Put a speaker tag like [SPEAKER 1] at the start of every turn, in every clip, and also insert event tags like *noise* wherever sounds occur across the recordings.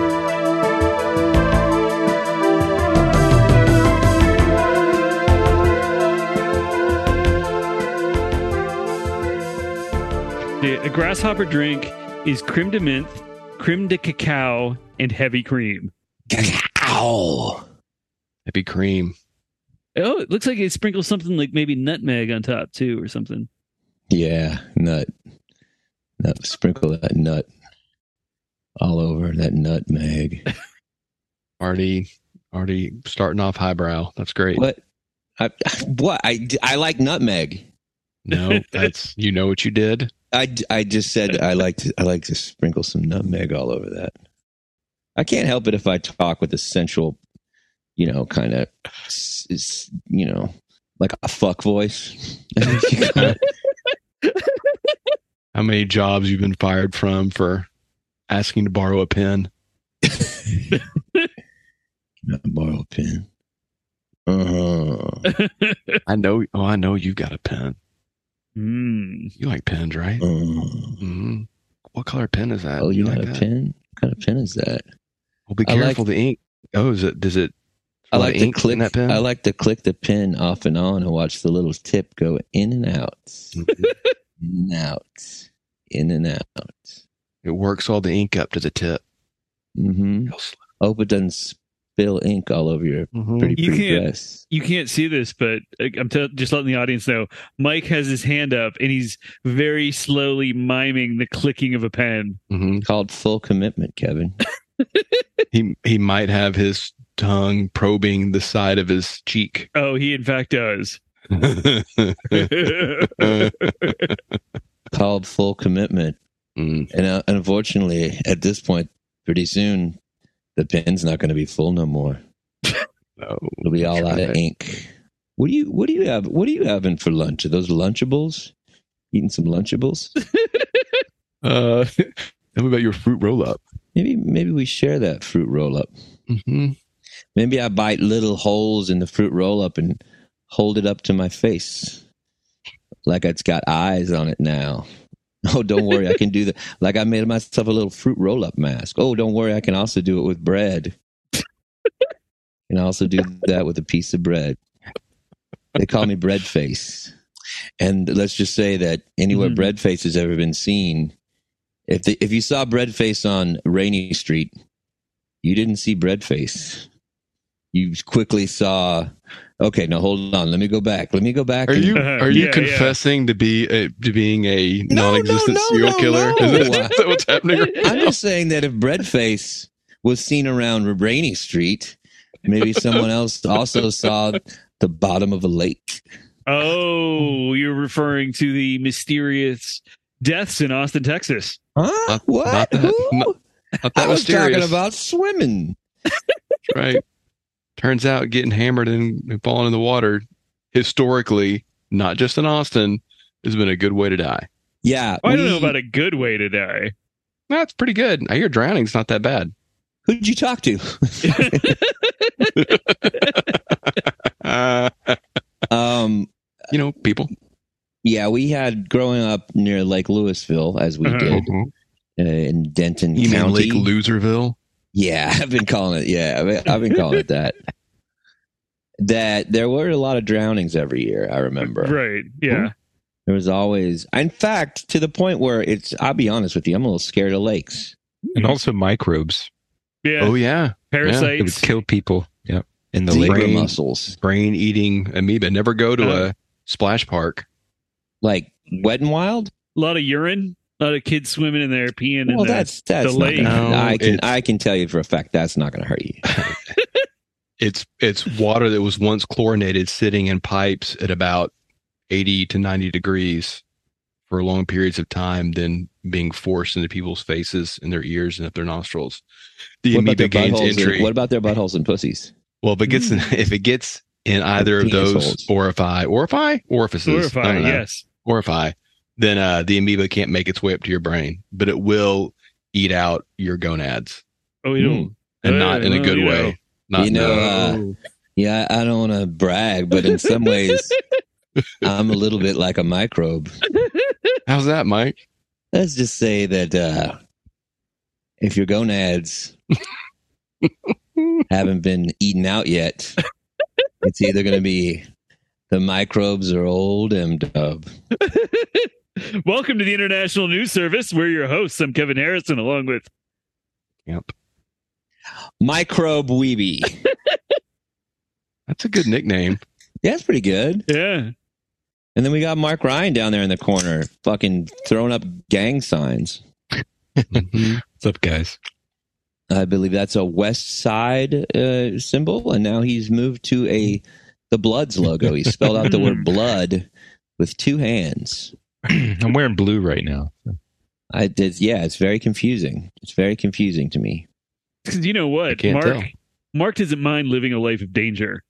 [SPEAKER 1] The a grasshopper drink is creme de menthe, creme de cacao, and heavy cream.
[SPEAKER 2] Ow. Heavy cream.
[SPEAKER 1] Oh, it looks like it sprinkles something like maybe nutmeg on top too, or something. *laughs*
[SPEAKER 2] Yeah, nut. Nut sprinkle that nut all over that nutmeg.
[SPEAKER 3] Already, already starting off highbrow. That's great.
[SPEAKER 2] what? I, what? I, I like nutmeg. *laughs*
[SPEAKER 3] No, that's you know what you did.
[SPEAKER 2] I, I just said I like to I like to sprinkle some nutmeg all over that. I can't help it if I talk with a sensual, you know, kind of, you know, like a fuck voice. *laughs*
[SPEAKER 3] How many jobs you've been fired from for asking to borrow a pen?
[SPEAKER 2] *laughs* Borrow a pen. Uh-huh.
[SPEAKER 3] I know. Oh, I know you got a pen.
[SPEAKER 1] Mm.
[SPEAKER 3] You like pens, right?
[SPEAKER 2] Uh.
[SPEAKER 3] hmm What color pen is that?
[SPEAKER 2] Oh, you
[SPEAKER 3] like
[SPEAKER 2] got a
[SPEAKER 3] that?
[SPEAKER 2] pen? What kind of pen is that?
[SPEAKER 3] Well, be
[SPEAKER 2] I like-
[SPEAKER 3] careful. the ink. Oh, is it? Does it?
[SPEAKER 2] I like to
[SPEAKER 3] ink in
[SPEAKER 2] click.
[SPEAKER 3] that pen.
[SPEAKER 2] I like to click the pen off and on and watch the little tip go in and out,
[SPEAKER 3] Mhm.
[SPEAKER 2] in and out, in and out.
[SPEAKER 3] *laughs* it works all the ink up to the tip.
[SPEAKER 2] Mm-hmm. I hope it doesn't spill ink all over your pretty
[SPEAKER 1] You
[SPEAKER 2] pretty
[SPEAKER 1] can't-
[SPEAKER 2] dress.
[SPEAKER 1] You can't see this, but uh, I'm tell just letting the audience know. Mike has his hand up, and he's very slowly miming the clicking of a pen.
[SPEAKER 2] *laughs*
[SPEAKER 3] hmm
[SPEAKER 2] Called full commitment, Kevin.
[SPEAKER 3] He he might have his tongue probing the side of his cheek. *laughs*
[SPEAKER 2] *laughs*
[SPEAKER 1] Oh, he in fact does. *laughs*
[SPEAKER 2] Called full commitment.
[SPEAKER 3] Mm.
[SPEAKER 2] And uh, unfortunately, at this point, pretty soon, the pen's not going to be full no more.
[SPEAKER 3] No.
[SPEAKER 2] It'll be all out of
[SPEAKER 3] Right.
[SPEAKER 2] ink. What do you What do you have? What are you having for lunch? Are those Lunchables? Eating some Lunchables?
[SPEAKER 3] Uh, *laughs* tell me about your fruit roll up.
[SPEAKER 2] Maybe Maybe we share that fruit roll up.
[SPEAKER 3] Mm-hmm.
[SPEAKER 2] Maybe I bite little holes in the fruit roll up and hold it up to my face, like it's got eyes on it now. *laughs* Oh, don't worry, I can do that. Like I made myself a little fruit roll up mask. Oh, don't worry, I can also do it with bread. *laughs* and I also do that with a piece of bread. They call me bread face. And let's just say that anywhere
[SPEAKER 1] Mhm.
[SPEAKER 2] bread face has ever been seen, if the, if you saw bread face on Rainy Street, you didn't see bread face. You quickly saw. Okay, now hold on. Let me go back. Let me go back.
[SPEAKER 3] Are
[SPEAKER 2] and-
[SPEAKER 4] *laughs*
[SPEAKER 3] you
[SPEAKER 1] Uh-huh.
[SPEAKER 3] are you
[SPEAKER 1] Yeah, yeah.
[SPEAKER 3] confessing to be a, to being a
[SPEAKER 2] No,
[SPEAKER 3] non-existent
[SPEAKER 2] no, no,
[SPEAKER 3] serial
[SPEAKER 2] no,
[SPEAKER 3] killer?
[SPEAKER 2] no.
[SPEAKER 3] *laughs* Is, that, is that what's happening? right
[SPEAKER 2] I'm
[SPEAKER 3] now?
[SPEAKER 2] just saying that if Breadface was seen around Rainy Street, maybe someone else also saw the bottom of a lake.
[SPEAKER 1] Oh, you're referring to the mysterious deaths in Austin, Texas.
[SPEAKER 2] Huh?
[SPEAKER 3] Not-
[SPEAKER 2] what?
[SPEAKER 3] not that-
[SPEAKER 2] Who?
[SPEAKER 3] not- Not that
[SPEAKER 2] *laughs* I was talking
[SPEAKER 3] mysterious,
[SPEAKER 2] about swimming.
[SPEAKER 3] right? Turns out getting hammered and and falling in the water, historically, not just in Austin, has been a good way to die.
[SPEAKER 2] Yeah.
[SPEAKER 1] Oh, I don't
[SPEAKER 2] we-
[SPEAKER 1] know about a good way to die.
[SPEAKER 3] That's pretty good. I hear drowning's not that bad.
[SPEAKER 2] Who'd you talk to?
[SPEAKER 3] Uh,
[SPEAKER 2] Um,
[SPEAKER 3] you know, people.
[SPEAKER 2] yeah, we had growing up near Lake Louisville, as we
[SPEAKER 1] Uh-huh.
[SPEAKER 2] did
[SPEAKER 4] Mm-hmm.
[SPEAKER 2] uh, in Denton
[SPEAKER 3] You mean
[SPEAKER 2] County.
[SPEAKER 3] Lake Loserville?
[SPEAKER 2] Yeah, *laughs* I've been calling it. Yeah, I've been, I've been calling it that. That there were a lot of drownings every year. I remember.
[SPEAKER 1] Right. Yeah.
[SPEAKER 2] There was always, in fact, to the point where it's. I'll be honest with you. I'm a little scared of lakes.
[SPEAKER 4] and also microbes.
[SPEAKER 1] Yeah.
[SPEAKER 3] Oh yeah,
[SPEAKER 4] It would
[SPEAKER 1] Parasites.
[SPEAKER 4] kill people. Yep. In the
[SPEAKER 2] zebra
[SPEAKER 4] lake. Uh-huh.
[SPEAKER 2] mussels,
[SPEAKER 3] brain eating amoeba. Never go to
[SPEAKER 1] Uh.
[SPEAKER 3] a splash park.
[SPEAKER 2] like wet and wild.
[SPEAKER 1] a lot of urine, a lot of kids swimming in there, peeing in
[SPEAKER 2] Well,
[SPEAKER 1] there.
[SPEAKER 2] that's that's
[SPEAKER 1] the
[SPEAKER 2] not
[SPEAKER 1] lake.
[SPEAKER 2] Gonna,
[SPEAKER 3] No,
[SPEAKER 2] I can
[SPEAKER 3] it's-
[SPEAKER 2] I can tell you for a fact that's not going to hurt you.
[SPEAKER 3] It's it's water that was once chlorinated sitting in pipes at about 80 to 90 degrees for long periods of time then being forced into people's faces and their ears and up their nostrils. The
[SPEAKER 2] What about
[SPEAKER 3] amoeba
[SPEAKER 2] their
[SPEAKER 3] gains
[SPEAKER 2] buttholes?
[SPEAKER 3] entry.
[SPEAKER 2] And, what about their buttholes and pussies?
[SPEAKER 3] well, if it gets if it gets in either of
[SPEAKER 2] penis
[SPEAKER 3] those
[SPEAKER 2] holes.
[SPEAKER 3] orifi, orifi, orifices, I
[SPEAKER 1] Glorify,
[SPEAKER 3] don't know,
[SPEAKER 1] yes.
[SPEAKER 3] orifi, then uh, the amoeba can't make its way up to your brain, but it will eat out your gonads,
[SPEAKER 1] Oh, you don't. Oh.
[SPEAKER 3] and
[SPEAKER 1] Hey,
[SPEAKER 3] not in a
[SPEAKER 1] well,
[SPEAKER 3] good
[SPEAKER 1] you
[SPEAKER 3] way.
[SPEAKER 1] know.
[SPEAKER 3] Not
[SPEAKER 2] You know, uh, Yeah, I I don't want to brag, but in some ways,
[SPEAKER 1] *laughs*
[SPEAKER 2] I'm a little bit like a microbe.
[SPEAKER 3] how's that, Mike?
[SPEAKER 2] Let's just say that uh, if your gonads haven't been eaten out yet, it's either going to be the microbes or old M Dub.
[SPEAKER 1] Welcome to the International News Service. We're your hosts. I'm Kevin Harrison, along with
[SPEAKER 3] Yep,
[SPEAKER 2] Microbe Weeby.
[SPEAKER 3] that's a good nickname.
[SPEAKER 2] Yeah, That's pretty good.
[SPEAKER 1] yeah.
[SPEAKER 2] And then we got Mark Ryan down there in the corner, fucking throwing up gang signs.
[SPEAKER 4] *laughs* What's up, guys? *clears throat*
[SPEAKER 2] I believe that's a West Side uh, symbol, and now he's moved to a the Bloods logo. He spelled out the word blood with two hands.
[SPEAKER 4] I'm wearing blue right now.
[SPEAKER 2] I did, yeah. It's very confusing. It's very confusing to me.
[SPEAKER 1] 'Cause you know
[SPEAKER 3] I
[SPEAKER 1] what,
[SPEAKER 3] can't
[SPEAKER 1] Mark?
[SPEAKER 3] tell.
[SPEAKER 1] Mark doesn't mind living a life of danger.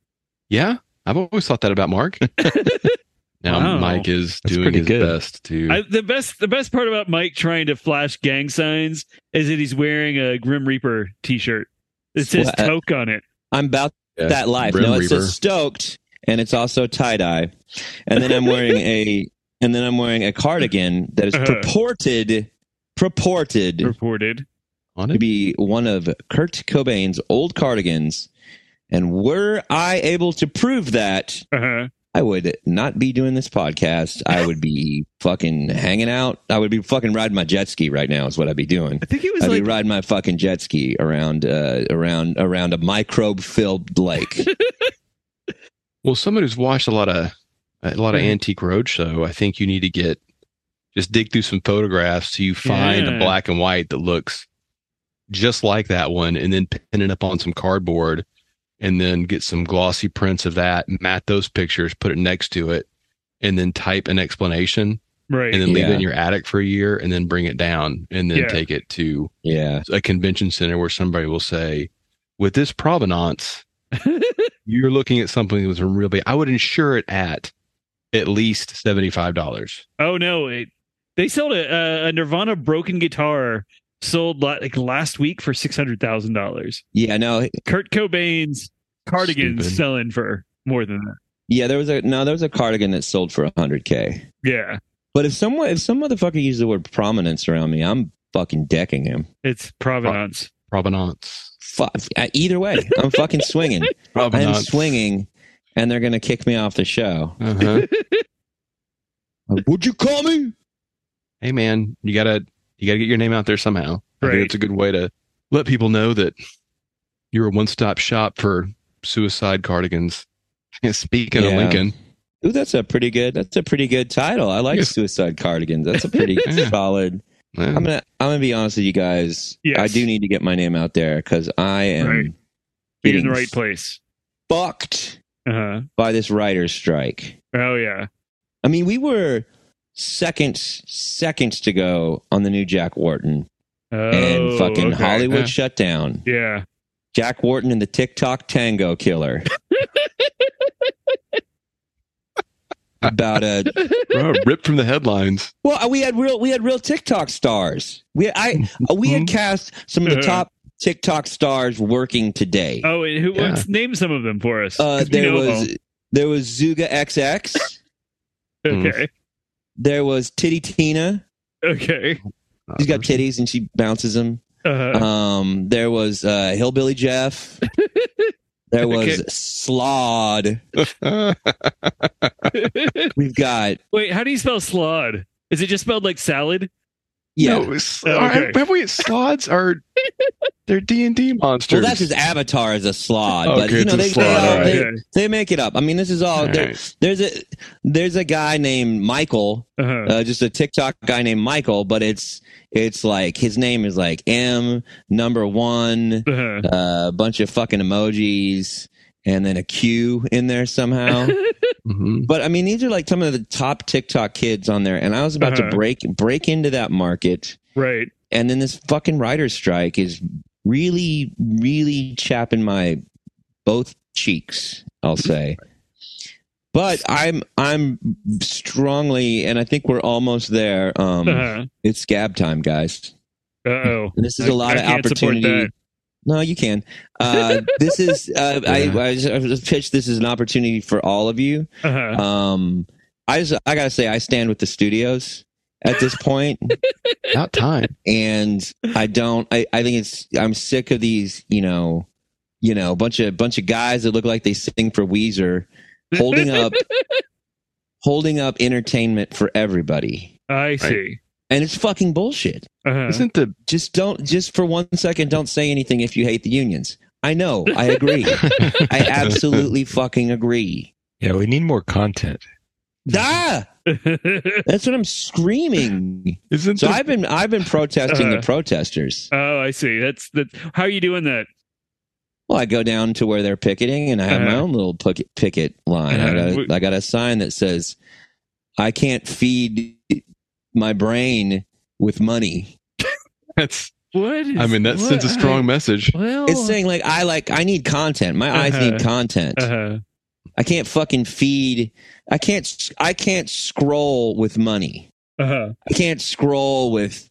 [SPEAKER 3] Yeah, I've always thought that about
[SPEAKER 4] *laughs*
[SPEAKER 3] Mark. now
[SPEAKER 1] Wow.
[SPEAKER 3] Mike is
[SPEAKER 4] That's
[SPEAKER 3] doing
[SPEAKER 4] pretty
[SPEAKER 3] his
[SPEAKER 4] good.
[SPEAKER 3] best to.
[SPEAKER 1] I, the best, the best part about Mike trying to flash gang signs is that he's wearing a Grim Reaper T-shirt. It says
[SPEAKER 2] What?
[SPEAKER 1] "Toke" on it.
[SPEAKER 2] I'm about
[SPEAKER 3] Yeah,
[SPEAKER 2] that life.
[SPEAKER 3] Grim
[SPEAKER 2] no, it's
[SPEAKER 3] Reaper.
[SPEAKER 2] says stoked, and it's also tie dye, and then I'm wearing a and then I'm wearing a cardigan that is
[SPEAKER 1] Uh-huh.
[SPEAKER 2] purported purported
[SPEAKER 1] Reported.
[SPEAKER 3] on
[SPEAKER 2] to
[SPEAKER 3] it.
[SPEAKER 2] be one of Kurt Cobain's old cardigans. And were I able to prove that,
[SPEAKER 1] Uh-huh.
[SPEAKER 2] I would not be doing this podcast. I would be fucking hanging out. I would be fucking riding my jet ski right now. Is what I'd be doing.
[SPEAKER 1] I think it was
[SPEAKER 2] I'd
[SPEAKER 1] like
[SPEAKER 2] be riding my fucking jet ski around, uh, around, around a microbe-filled lake.
[SPEAKER 3] Well, someone who's watched a lot of a lot of
[SPEAKER 1] Mhm.
[SPEAKER 3] antique roadshow, I think you need to get just dig through some photographs till you find
[SPEAKER 1] Yeah.
[SPEAKER 3] a black and white that looks just like that one, and then pin it up on some cardboard, and then get some glossy prints of that, mat those pictures, put it next to it, and then type an explanation,
[SPEAKER 1] right.
[SPEAKER 3] and then leave it
[SPEAKER 2] Yeah.
[SPEAKER 3] in your attic for a year, and then bring it down, and then
[SPEAKER 1] Yeah.
[SPEAKER 3] take it to
[SPEAKER 2] yeah,
[SPEAKER 3] a convention center where somebody will say, with this provenance, you're looking at something that was real big. I would insure it at at least $75.
[SPEAKER 1] Oh no! It, they sold a, a Nirvana broken guitar sold la- like last week for six hundred thousand dollars.
[SPEAKER 2] yeah. No,
[SPEAKER 1] Kurt Cobain's cardigan's
[SPEAKER 3] Stupid.
[SPEAKER 1] selling for more than that.
[SPEAKER 2] yeah. There was a no. There was a cardigan that sold for hundred k.
[SPEAKER 1] Yeah,
[SPEAKER 2] But if someone, if some motherfucker uses the word prominence around me, I'm fucking decking him.
[SPEAKER 1] it's provenance.
[SPEAKER 3] Provenance.
[SPEAKER 2] Fuck. uh, Either way, I'm fucking swinging. I'm
[SPEAKER 3] Provenance.
[SPEAKER 2] swinging, and they're gonna kick me off the show.
[SPEAKER 3] Uh-huh.
[SPEAKER 2] Would you call me?
[SPEAKER 3] hey man, you gotta you gotta get your name out there somehow. I
[SPEAKER 1] Right.
[SPEAKER 3] think it's a good way to let people know that you're a one stop shop for suicide cardigans. *laughs* Speaking of
[SPEAKER 2] Yeah.
[SPEAKER 3] Lincoln,
[SPEAKER 2] Ooh, that's a pretty good. That's a pretty good title. I like
[SPEAKER 3] Yes.
[SPEAKER 2] suicide cardigans. That's a pretty
[SPEAKER 3] Yeah.
[SPEAKER 2] solid.
[SPEAKER 3] eh,
[SPEAKER 2] I'm gonna. I'm gonna be honest with you guys.
[SPEAKER 1] Yes.
[SPEAKER 2] I do need to get my name out there because I am
[SPEAKER 1] Right. Be in
[SPEAKER 2] getting
[SPEAKER 1] the right place.
[SPEAKER 2] fucked
[SPEAKER 1] Uh huh.
[SPEAKER 2] by this writer's strike.
[SPEAKER 1] Oh yeah.
[SPEAKER 2] I mean, we were seconds seconds to go on the new Jack Wharton,
[SPEAKER 1] Oh,
[SPEAKER 2] and fucking
[SPEAKER 1] okay.
[SPEAKER 2] Hollywood
[SPEAKER 3] Yeah.
[SPEAKER 2] shut down.
[SPEAKER 1] Yeah.
[SPEAKER 2] Jack Wharton and the TikTok
[SPEAKER 1] *laughs*
[SPEAKER 2] Tango Killer. About a
[SPEAKER 3] *laughs* bro, ripped from the headlines.
[SPEAKER 2] well, uh, we had real we had real TikTok stars. We I uh, we had cast some of the
[SPEAKER 1] Yeah.
[SPEAKER 2] top TikTok stars working today.
[SPEAKER 1] Oh, and who?
[SPEAKER 3] Yeah.
[SPEAKER 1] Let's name some of them for us.
[SPEAKER 2] Uh,
[SPEAKER 1] 'cause we
[SPEAKER 2] there
[SPEAKER 1] know
[SPEAKER 2] was there was Zuga XX. Mm.
[SPEAKER 1] them. okay.
[SPEAKER 2] there was Titty Tina.
[SPEAKER 1] Okay.
[SPEAKER 2] She's
[SPEAKER 3] Oh,
[SPEAKER 2] got titties and she bounces them.
[SPEAKER 1] Uh,
[SPEAKER 2] Um, there was uh, Hillbilly Jeff. There was
[SPEAKER 1] Okay.
[SPEAKER 2] Slod.
[SPEAKER 3] Uh,
[SPEAKER 2] We've got
[SPEAKER 1] wait, how do you spell slod? Is it just spelled like salad?
[SPEAKER 2] yeah.
[SPEAKER 3] No, it's-
[SPEAKER 1] Oh, okay.
[SPEAKER 3] are- have we slots are they're D and D monsters?
[SPEAKER 2] Well, that's his avatar as a slod,
[SPEAKER 3] Okay,
[SPEAKER 2] but you know
[SPEAKER 3] it's a
[SPEAKER 2] they
[SPEAKER 3] slod,
[SPEAKER 1] Oh,
[SPEAKER 2] they, all,
[SPEAKER 3] alright.
[SPEAKER 2] they,
[SPEAKER 1] Okay.
[SPEAKER 2] they make it up. I mean, this is all. there-
[SPEAKER 3] Alright.
[SPEAKER 2] There's a there's a guy named Michael,
[SPEAKER 1] Uh-huh.
[SPEAKER 2] uh, just a TikTok guy named Michael, but it's it's like his name is like M number one,
[SPEAKER 1] Uh-huh.
[SPEAKER 2] a bunch of fucking emojis, and then a Q in
[SPEAKER 1] *laughs*
[SPEAKER 2] there somehow.
[SPEAKER 3] Mhm.
[SPEAKER 2] but I mean, these are like some of the top TikTok kids on there, and I was about
[SPEAKER 1] Uh-huh.
[SPEAKER 2] to break break into that market
[SPEAKER 1] Right.
[SPEAKER 2] and then this fucking writer's strike is really really chapping my both cheeks I'll say. But I'm I'm strongly, and I think we're almost there. Um,
[SPEAKER 1] *laughs* Uh
[SPEAKER 2] It's scab time, guys.
[SPEAKER 3] *laughs*
[SPEAKER 1] oh.
[SPEAKER 2] And this is a lot of opportunity. No, you can. Uh, this is uh,
[SPEAKER 4] Yeah.
[SPEAKER 2] I, I, just, I just pitched this as an opportunity for all of you.
[SPEAKER 3] Uh,
[SPEAKER 1] Uh-huh.
[SPEAKER 3] *laughs*
[SPEAKER 2] Um, I just I gotta say I stand with the studios at this point,
[SPEAKER 3] About *laughs* time.
[SPEAKER 2] and I don't. I, I think it's I'm sick of these. You know, you know, bunch of bunch of guys that look like they sing for Weezer, holding up, holding up entertainment for everybody,
[SPEAKER 1] I see.
[SPEAKER 2] and it's fucking bullshit.
[SPEAKER 1] Uh-huh.
[SPEAKER 3] Isn't *laughs* the
[SPEAKER 2] Just don't. Just for one second, don't say anything if you hate the unions. I know. I agree.
[SPEAKER 3] *laughs*
[SPEAKER 2] I absolutely fucking agree.
[SPEAKER 4] Yeah, we need more content.
[SPEAKER 2] Ah, that's what I'm screaming.
[SPEAKER 3] isn't
[SPEAKER 2] So
[SPEAKER 3] the,
[SPEAKER 2] I've been I've been protesting the
[SPEAKER 1] Uh.
[SPEAKER 2] protesters.
[SPEAKER 1] *laughs* oh, I see. That's that. How are you doing that?
[SPEAKER 2] Well, I go down to where they're picketing, and I have my
[SPEAKER 1] Uh-huh.
[SPEAKER 2] own little picket, picket line. I
[SPEAKER 1] Uh-huh.
[SPEAKER 2] got
[SPEAKER 1] Wh-
[SPEAKER 2] a, I got a sign that says, "I can't feed my brain with money."
[SPEAKER 3] that's
[SPEAKER 1] What?
[SPEAKER 3] I mean that sends a strong message.
[SPEAKER 1] *laughs* Well,
[SPEAKER 2] It's saying like I like I need content. My eyes
[SPEAKER 1] Uh-huh.
[SPEAKER 2] need content.
[SPEAKER 1] uh-huh.
[SPEAKER 2] I can't fucking feed. I can't s- I can't scroll with money.
[SPEAKER 1] Uh-huh.
[SPEAKER 2] I can't scroll with.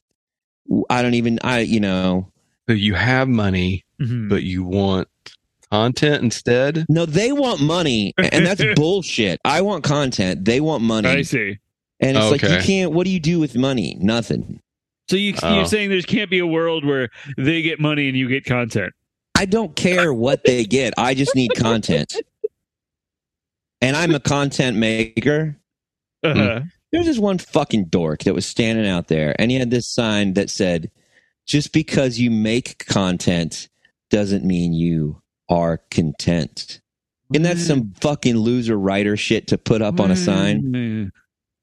[SPEAKER 2] I don't even. I you know.
[SPEAKER 3] So you have money,
[SPEAKER 1] Mhm.
[SPEAKER 3] but you want content instead.
[SPEAKER 2] No, they want money,
[SPEAKER 1] *laughs*
[SPEAKER 2] and that's bullshit. I want content. They want money.
[SPEAKER 1] I see.
[SPEAKER 2] And it's like
[SPEAKER 3] Okay.
[SPEAKER 2] you can't. What do you do with money? Nothing.
[SPEAKER 1] So you,
[SPEAKER 3] Oh.
[SPEAKER 1] you're saying there can't be a world where they get money and you get content.
[SPEAKER 2] I don't care what they get. I just need content. And I'm a content maker.
[SPEAKER 1] Uh-huh.
[SPEAKER 3] Mm.
[SPEAKER 2] There's this one fucking dork that was standing out there, and he had this sign that said, "Just because you make content doesn't mean you are content." And that's some
[SPEAKER 3] Mm.
[SPEAKER 2] fucking loser writer shit to put up on a sign.
[SPEAKER 1] Mm.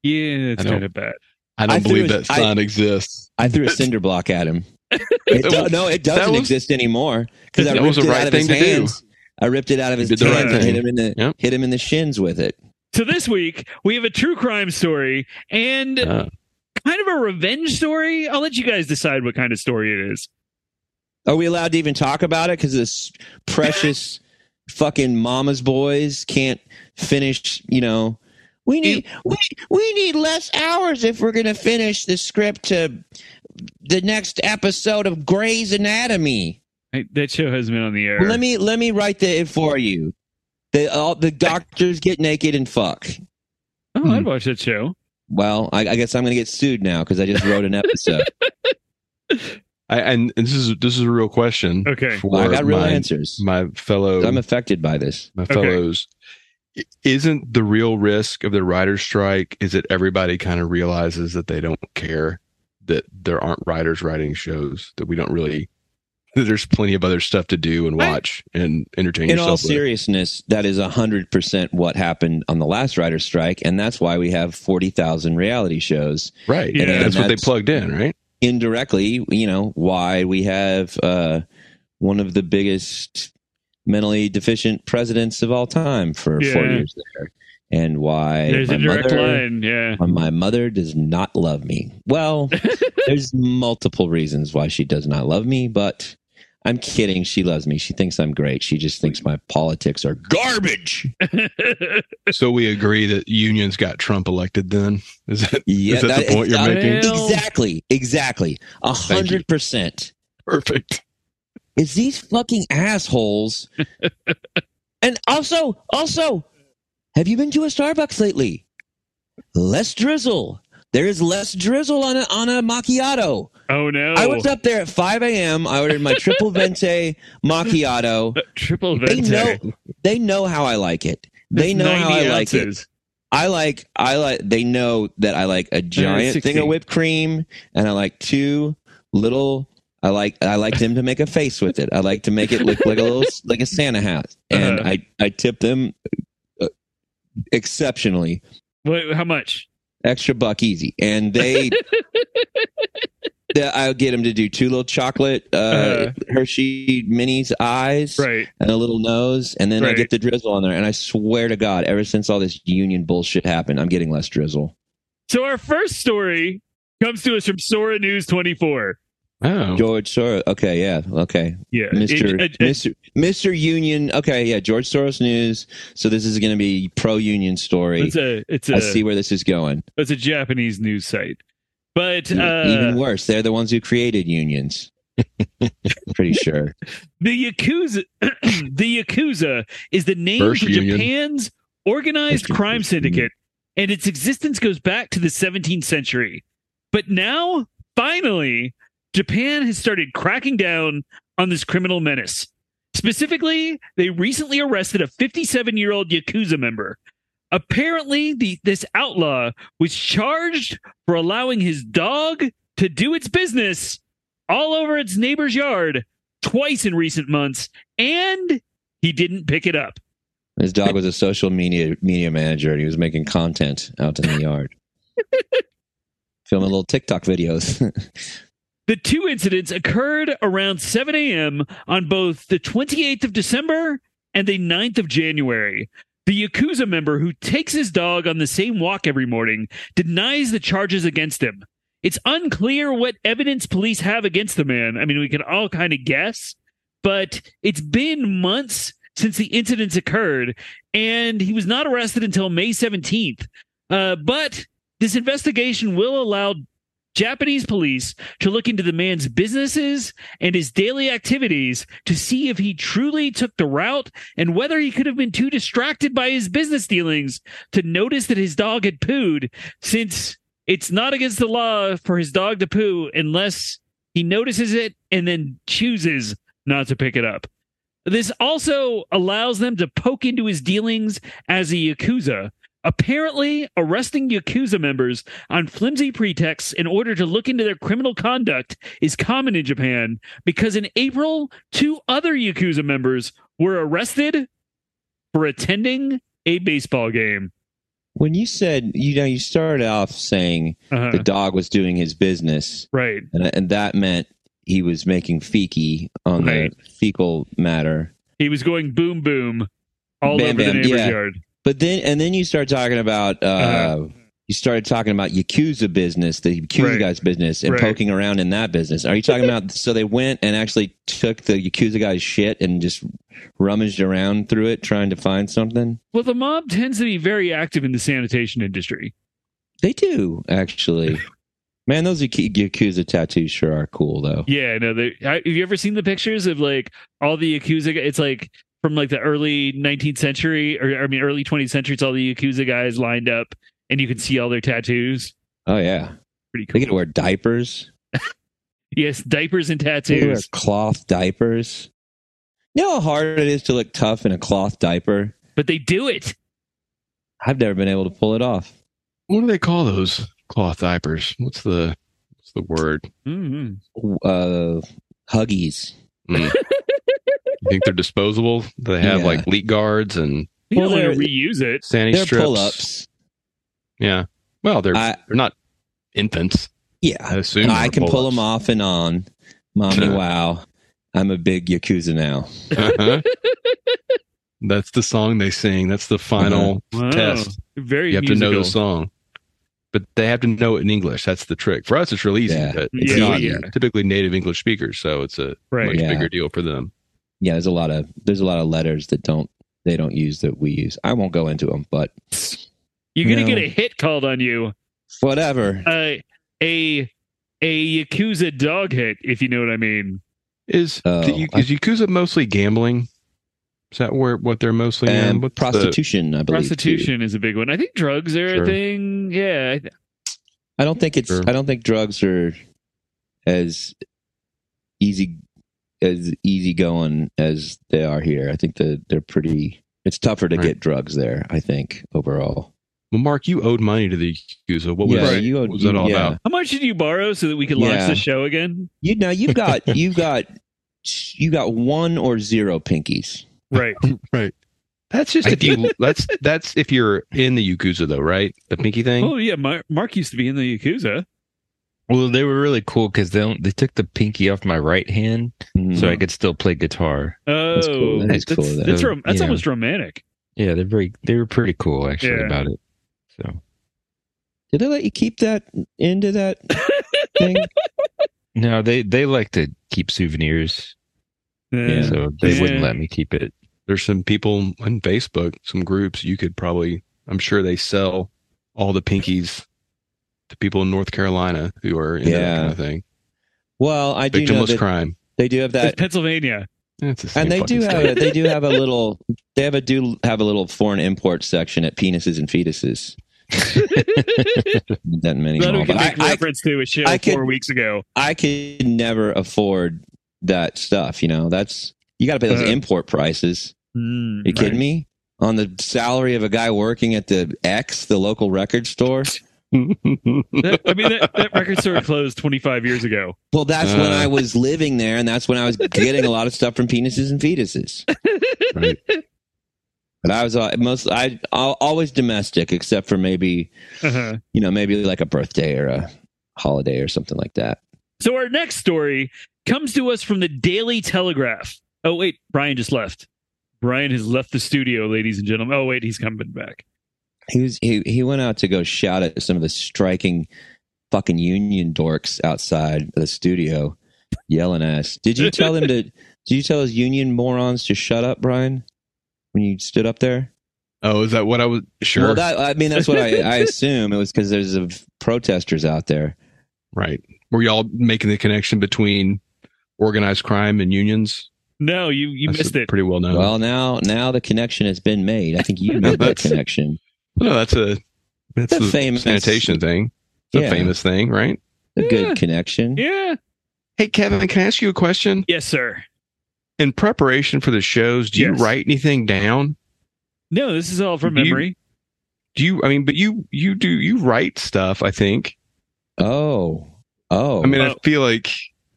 [SPEAKER 1] Yeah, it's
[SPEAKER 3] I don't-
[SPEAKER 1] kind of bad.
[SPEAKER 3] I don't
[SPEAKER 2] I threw
[SPEAKER 3] believe
[SPEAKER 2] it-
[SPEAKER 3] that
[SPEAKER 2] I-
[SPEAKER 3] sign exists.
[SPEAKER 2] I threw a cinder block at
[SPEAKER 3] *laughs*
[SPEAKER 2] him. It do- no, it doesn't
[SPEAKER 3] That was-
[SPEAKER 2] exist anymore because I
[SPEAKER 3] that
[SPEAKER 2] ripped
[SPEAKER 3] was
[SPEAKER 2] it
[SPEAKER 3] the
[SPEAKER 2] out
[SPEAKER 3] right
[SPEAKER 2] of his
[SPEAKER 3] thing to do.
[SPEAKER 2] hands. I ripped it out of his
[SPEAKER 3] You
[SPEAKER 2] hands
[SPEAKER 3] did the
[SPEAKER 1] right
[SPEAKER 2] and
[SPEAKER 3] thing.
[SPEAKER 2] hit him in the
[SPEAKER 3] Yep.
[SPEAKER 2] hit him in the shins with it.
[SPEAKER 1] So this week we have a true crime story and
[SPEAKER 3] Uh,
[SPEAKER 1] kind of a revenge story. I'll let you guys decide what kind of story it is.
[SPEAKER 2] Are we allowed to even talk about it? Because this precious *laughs* fucking mama's boys can't finish. You know, we need we we need less hours if we're gonna finish the script to the next episode of Grey's Anatomy.
[SPEAKER 1] I, that show has been on the air.
[SPEAKER 2] Well, let me let me write the it for you. The all the doctors get naked and fuck.
[SPEAKER 1] oh,
[SPEAKER 3] Hmm.
[SPEAKER 1] I'd watch that show.
[SPEAKER 2] Well, I, I guess I'm gonna get sued now because I just wrote an episode.
[SPEAKER 3] I, and this is this is a real question.
[SPEAKER 1] Okay.
[SPEAKER 3] for
[SPEAKER 2] Well, I got real
[SPEAKER 3] my,
[SPEAKER 2] answers.
[SPEAKER 3] my fellow
[SPEAKER 2] I'm affected by this.
[SPEAKER 3] my fellows. I- Isn't the real risk of the writer's strike is that everybody kind of realizes that they don't care that there aren't writers writing shows that we don't really *laughs* that there's plenty of other stuff to do and
[SPEAKER 1] I-
[SPEAKER 3] watch and entertain
[SPEAKER 2] In
[SPEAKER 3] yourself.
[SPEAKER 2] all
[SPEAKER 3] with.
[SPEAKER 2] seriousness, that is hundred percent what happened on the last writer's strike, and that's why we have forty thousand reality shows.
[SPEAKER 3] Right.
[SPEAKER 1] Yeah.
[SPEAKER 3] that's, what they
[SPEAKER 2] That's-
[SPEAKER 3] plugged in,
[SPEAKER 1] *laughs*
[SPEAKER 3] right?
[SPEAKER 2] Indirectly, you know, why we have uh, one of the biggest mentally deficient presidents of all time for four
[SPEAKER 1] Yeah.
[SPEAKER 2] years there, and why
[SPEAKER 1] There's
[SPEAKER 2] my
[SPEAKER 1] a direct
[SPEAKER 2] mother-
[SPEAKER 1] line. Yeah. *laughs*
[SPEAKER 2] Uh, my mother does not love me. Well, there's multiple reasons why she does not love me, but I'm kidding. She loves me. She thinks I'm great. She just thinks my politics are garbage.
[SPEAKER 3] So we agree that unions got Trump elected then. Is that *laughs*
[SPEAKER 2] Yeah,
[SPEAKER 3] that the point you're
[SPEAKER 2] uh,
[SPEAKER 3] making?
[SPEAKER 2] Exactly. Exactly. A
[SPEAKER 3] Thank you.
[SPEAKER 2] hundred percent.
[SPEAKER 3] perfect?
[SPEAKER 2] It's these fucking
[SPEAKER 3] *laughs*
[SPEAKER 2] assholes. and also, also, have you been to a Starbucks lately? Less drizzle. There is less drizzle on a on a macchiato.
[SPEAKER 1] oh no.
[SPEAKER 2] I was up there at 5 a.m. I ordered my
[SPEAKER 3] *laughs*
[SPEAKER 2] triple vente macchiato.
[SPEAKER 1] Triple
[SPEAKER 2] They
[SPEAKER 1] venti.
[SPEAKER 2] know, they know how I like it. They
[SPEAKER 1] That's
[SPEAKER 2] know how
[SPEAKER 1] 90
[SPEAKER 2] I like it.
[SPEAKER 1] ounces.
[SPEAKER 2] I like, I like. They know that I like a giant
[SPEAKER 1] 60.
[SPEAKER 2] thing of whipped cream, and I like two little. I like, I like them to make a face with it. I like to make it look like a little, like a Santa hat, and
[SPEAKER 1] Uh-huh.
[SPEAKER 2] I, I tip them uh, exceptionally,
[SPEAKER 1] What, how much?
[SPEAKER 2] extra buck easy,
[SPEAKER 1] *laughs*
[SPEAKER 2] and they. that I'll get him to do two little chocolate uh,
[SPEAKER 1] Uh-huh.
[SPEAKER 2] Hershey minis eyes
[SPEAKER 1] Right.
[SPEAKER 2] and a little nose, and then I
[SPEAKER 1] Right.
[SPEAKER 2] get the drizzle on there. And I swear to God, ever since all this union bullshit happened, I'm getting less drizzle.
[SPEAKER 1] So our first story comes to us from Sora News 24.
[SPEAKER 3] Oh,
[SPEAKER 2] George Soros. Okay, yeah, okay.
[SPEAKER 1] Yeah,
[SPEAKER 2] Mr.
[SPEAKER 1] Uh, It- it- it-
[SPEAKER 2] Mr. Mr. Union. Okay, yeah, George Soros news. So this is going to be pro union story.
[SPEAKER 1] it's a it's
[SPEAKER 2] I
[SPEAKER 1] a
[SPEAKER 2] see where this is going.
[SPEAKER 1] it's a Japanese news site, but
[SPEAKER 2] E-
[SPEAKER 1] uh,
[SPEAKER 2] Even worse, they're the ones who created unions. *laughs* Pretty sure.
[SPEAKER 1] the yakuza *clears throat* the yakuza is the name
[SPEAKER 3] First
[SPEAKER 1] for
[SPEAKER 3] union.
[SPEAKER 1] Japan's organized
[SPEAKER 2] First union,
[SPEAKER 1] crime
[SPEAKER 2] first union.
[SPEAKER 1] syndicate, and its existence goes back to the 17th century. But now, finally, Japan has started cracking down on this criminal menace. Specifically, they recently arrested a 57 year old Yakuza member. Apparently, the, this outlaw was charged for allowing his dog to do its business all over its neighbor's yard twice in recent months, and he didn't pick it up.
[SPEAKER 2] His dog was a social media media manager, and he was making content out in
[SPEAKER 1] *laughs*
[SPEAKER 2] the yard, filming little TikTok videos. *laughs*
[SPEAKER 1] The two incidents occurred around 7 a.m. on both the 28th of December and the 9th of January. The Yakuza member who takes his dog on the same walk every morning denies the charges against him. It's unclear what evidence police have against the man. I mean, we can all kind of guess, but it's been months since the incidents occurred, and he was not arrested until May 17th. Uh, but this investigation will allow Japanese police to look into the man's businesses and his daily activities to see if he truly took the route and whether he could have been too distracted by his business dealings to notice that his dog had pooed, since it's not against the law for his dog to poo unless he notices it and then chooses not to pick it up. This also allows them to poke into his dealings as a Yakuza. Apparently, arresting Yakuza members on flimsy pretexts in order to look into their criminal conduct is common in Japan because in April, two other Yakuza members were arrested for attending a baseball game.
[SPEAKER 2] when you said, you know, you started off saying
[SPEAKER 1] Uh-huh.
[SPEAKER 2] the dog was doing his business,
[SPEAKER 1] Right.
[SPEAKER 2] and, and that meant he was making feki on
[SPEAKER 1] Right.
[SPEAKER 2] the fecal matter.
[SPEAKER 1] He was going boom, boom all
[SPEAKER 2] Bam,
[SPEAKER 1] over the
[SPEAKER 2] bam,
[SPEAKER 1] neighbor's
[SPEAKER 2] yeah.
[SPEAKER 1] yard.
[SPEAKER 2] But then, and then you start talking about. Uh,
[SPEAKER 1] Uh-huh.
[SPEAKER 2] You started talking about Yakuza business, the Yakuza
[SPEAKER 1] Right.
[SPEAKER 2] guy's business, and
[SPEAKER 1] Right.
[SPEAKER 2] poking around in that business. Are you talking about? *laughs* So they went and actually took the Yakuza guy's shit and just rummaged around through it, trying to find something.
[SPEAKER 1] Well, the mob tends to be very active in the sanitation industry.
[SPEAKER 2] They do
[SPEAKER 1] *laughs*
[SPEAKER 2] actually. Man, those Yaku- Yakuza tattoos sure are cool, though.
[SPEAKER 1] Yeah, no. They, have you ever seen the pictures of like all the Yakuza? gu- It's like from like the early 19th century, or I mean, early 20th century. It's all the Yakuza guys lined up, and you can see all their tattoos.
[SPEAKER 2] Oh yeah,
[SPEAKER 1] Pretty cool.
[SPEAKER 2] they could wear diapers.
[SPEAKER 1] Yes, diapers and
[SPEAKER 2] They could wear
[SPEAKER 1] tattoos.
[SPEAKER 2] cloth diapers. You know how hard it is to look tough in a cloth diaper.
[SPEAKER 1] But they do it.
[SPEAKER 2] I've never been able to pull it off.
[SPEAKER 3] what do they call those cloth diapers? What's the what's the word?
[SPEAKER 1] hmm
[SPEAKER 2] uh huggies
[SPEAKER 3] You think they're disposable? Do they have
[SPEAKER 2] Yeah.
[SPEAKER 3] like leak guards and
[SPEAKER 1] You
[SPEAKER 2] Well,
[SPEAKER 1] don't want to
[SPEAKER 2] they're-
[SPEAKER 1] reuse it.
[SPEAKER 3] sanding
[SPEAKER 2] they're
[SPEAKER 3] strips?
[SPEAKER 2] pull-ups
[SPEAKER 3] Yeah. Well, they're
[SPEAKER 2] I-
[SPEAKER 3] they're not infants. I
[SPEAKER 2] yeah
[SPEAKER 3] assume
[SPEAKER 2] i
[SPEAKER 3] they're
[SPEAKER 2] can pull them
[SPEAKER 3] pull-ups.
[SPEAKER 2] off and on mommy
[SPEAKER 3] Huh.
[SPEAKER 2] wow i'm a big yakuza now *laughs*
[SPEAKER 3] Uh-huh. That's the song they sing. That's the final
[SPEAKER 2] Uh-huh.
[SPEAKER 1] Wow.
[SPEAKER 3] test.
[SPEAKER 1] Very
[SPEAKER 3] You have
[SPEAKER 1] musical.
[SPEAKER 3] to know the song, but they have to know it in English. That's the trick. For us, it's really easy.
[SPEAKER 2] Yeah.
[SPEAKER 3] but
[SPEAKER 1] Yeah,
[SPEAKER 3] it's not
[SPEAKER 2] yeah.
[SPEAKER 3] typically native English speakers, so it's a
[SPEAKER 1] Right.
[SPEAKER 3] much
[SPEAKER 2] Yeah.
[SPEAKER 3] bigger deal for them.
[SPEAKER 2] yeah there's a lot of there's a lot of letters that don't they don't use that we use i won't go into them but
[SPEAKER 1] You're gonna
[SPEAKER 2] No.
[SPEAKER 1] get a hit called on you.
[SPEAKER 2] whatever
[SPEAKER 1] Uh, a a Yakuza dog hit, if you know what I mean.
[SPEAKER 3] Is
[SPEAKER 2] Oh,
[SPEAKER 3] do you-
[SPEAKER 2] I-
[SPEAKER 3] is Yakuza mostly gambling? Is that where what they're mostly in?
[SPEAKER 2] and
[SPEAKER 3] What's the-
[SPEAKER 2] prostitution i believe too.
[SPEAKER 1] Prostitution is a big one. I think drugs are a
[SPEAKER 3] Sure.
[SPEAKER 1] thing. Yeah, I
[SPEAKER 2] i don't think it's
[SPEAKER 3] Sure.
[SPEAKER 2] i don't think drugs are as easy as easy going as they are here i think that they're pretty it's tougher to
[SPEAKER 3] Right.
[SPEAKER 2] get drugs there i think overall
[SPEAKER 3] well, Mark, you owed money to the Yakuza. What was,
[SPEAKER 2] Yeah,
[SPEAKER 3] it?
[SPEAKER 2] you
[SPEAKER 3] what
[SPEAKER 2] owed-
[SPEAKER 3] was that all
[SPEAKER 2] yeah.
[SPEAKER 3] about?
[SPEAKER 1] How much did you borrow so that we could launch
[SPEAKER 2] Yeah.
[SPEAKER 1] the show
[SPEAKER 2] *laughs*
[SPEAKER 1] again?
[SPEAKER 2] You know, you've got
[SPEAKER 3] *laughs*
[SPEAKER 2] you've got you got one or zero pinkies.
[SPEAKER 1] Right.
[SPEAKER 3] That's just
[SPEAKER 1] I *laughs*
[SPEAKER 3] if you. that's that's if you're in the Yakuza, though, right? The pinky thing.
[SPEAKER 1] Oh yeah, Mar- Mark used to be in the Yakuza.
[SPEAKER 4] Well, they were really cool because they don't, they took the pinky off my right hand,
[SPEAKER 3] Mm-hmm.
[SPEAKER 2] Mhm.
[SPEAKER 4] so I could still play guitar.
[SPEAKER 1] Oh,
[SPEAKER 2] That's cool. That is cool,
[SPEAKER 1] That's,
[SPEAKER 2] though.
[SPEAKER 1] that's rom- that's
[SPEAKER 4] Yeah.
[SPEAKER 1] almost romantic.
[SPEAKER 4] Yeah, they're very they were pretty cool actually
[SPEAKER 1] Yeah.
[SPEAKER 4] about it. So
[SPEAKER 3] *laughs*
[SPEAKER 2] Did they let you keep that into that thing?
[SPEAKER 4] No, they they like to keep souvenirs,
[SPEAKER 1] Yeah.
[SPEAKER 4] so they
[SPEAKER 1] Yeah.
[SPEAKER 4] wouldn't let me keep it.
[SPEAKER 3] There's some people on Facebook, some groups you could probably, I'm sure they sell all the pinkies to people in North Carolina who are into that
[SPEAKER 2] Yeah.
[SPEAKER 3] kind of thing.
[SPEAKER 2] Well, I do know
[SPEAKER 3] Victimless
[SPEAKER 2] that
[SPEAKER 3] crime.
[SPEAKER 2] they do have
[SPEAKER 1] It's
[SPEAKER 2] that,
[SPEAKER 1] Pennsylvania.
[SPEAKER 3] It's the same
[SPEAKER 2] and they
[SPEAKER 3] fucking
[SPEAKER 2] do have
[SPEAKER 3] state.
[SPEAKER 2] a, they do have a little they have a do have a little foreign import section at penises and
[SPEAKER 3] *laughs*
[SPEAKER 2] fetuses. Doesn't mean
[SPEAKER 1] That we
[SPEAKER 2] anymore,
[SPEAKER 1] can
[SPEAKER 2] but I,
[SPEAKER 1] make
[SPEAKER 2] I,
[SPEAKER 1] reference to a show
[SPEAKER 2] I
[SPEAKER 1] four
[SPEAKER 2] could-
[SPEAKER 1] weeks ago.
[SPEAKER 2] I could never afford that stuff. You know, that's you got to pay those
[SPEAKER 1] Uh,
[SPEAKER 2] import prices.
[SPEAKER 1] Mm,
[SPEAKER 2] you kidding me? On the salary of a guy working at the X, the local record store.
[SPEAKER 3] *laughs*
[SPEAKER 1] That- I mean,
[SPEAKER 2] *laughs*
[SPEAKER 1] that, that record store closed 25 years ago.
[SPEAKER 2] Well, that's when
[SPEAKER 3] Uh.
[SPEAKER 2] I was living there, and that's when I was getting a lot of stuff from penises and fetuses.
[SPEAKER 4] Right.
[SPEAKER 2] But I was uh, most I al- always domestic, except for maybe
[SPEAKER 1] Uh-huh.
[SPEAKER 2] you know maybe like a birthday or a holiday or something like that.
[SPEAKER 1] So our next story comes to us from the Daily Telegraph. Oh wait, Brian just left. Brian has left the studio, ladies and gentlemen. Oh wait, he's coming back.
[SPEAKER 2] He was he he went out to go shout at some of the striking fucking union dorks outside the studio, yelling at us. Did you tell
[SPEAKER 3] *laughs*
[SPEAKER 2] them to? Did you tell those union morons to shut up, Brian? When you stood up there?
[SPEAKER 3] Oh, is that what I was? Sure.
[SPEAKER 2] Well, that I mean that's what I,
[SPEAKER 3] *laughs*
[SPEAKER 2] I assume it was because there's a, protesters out there.
[SPEAKER 3] right. Were y'all making the connection between organized crime and unions?
[SPEAKER 1] No, you you
[SPEAKER 3] That's
[SPEAKER 1] missed it.
[SPEAKER 3] Pretty well known.
[SPEAKER 2] Well, now now the connection has been made. I think you made that
[SPEAKER 3] *laughs* That's-
[SPEAKER 2] connection.
[SPEAKER 3] no, Oh, that's a that's
[SPEAKER 2] The
[SPEAKER 3] a
[SPEAKER 2] famous-
[SPEAKER 3] sanitation thing. It's
[SPEAKER 2] Yeah.
[SPEAKER 3] a famous thing, right?
[SPEAKER 2] A
[SPEAKER 1] Yeah.
[SPEAKER 2] good connection.
[SPEAKER 1] Yeah.
[SPEAKER 3] Hey, Kevin, can I ask you a question?
[SPEAKER 1] Yes, sir.
[SPEAKER 3] In preparation for the shows, do
[SPEAKER 1] Yes.
[SPEAKER 3] you write anything down?
[SPEAKER 1] No, this is all from
[SPEAKER 3] You-
[SPEAKER 1] memory.
[SPEAKER 3] Do you? I mean, but you you do you write stuff? I think.
[SPEAKER 2] Oh, oh.
[SPEAKER 3] I mean,
[SPEAKER 1] Oh.
[SPEAKER 3] I feel like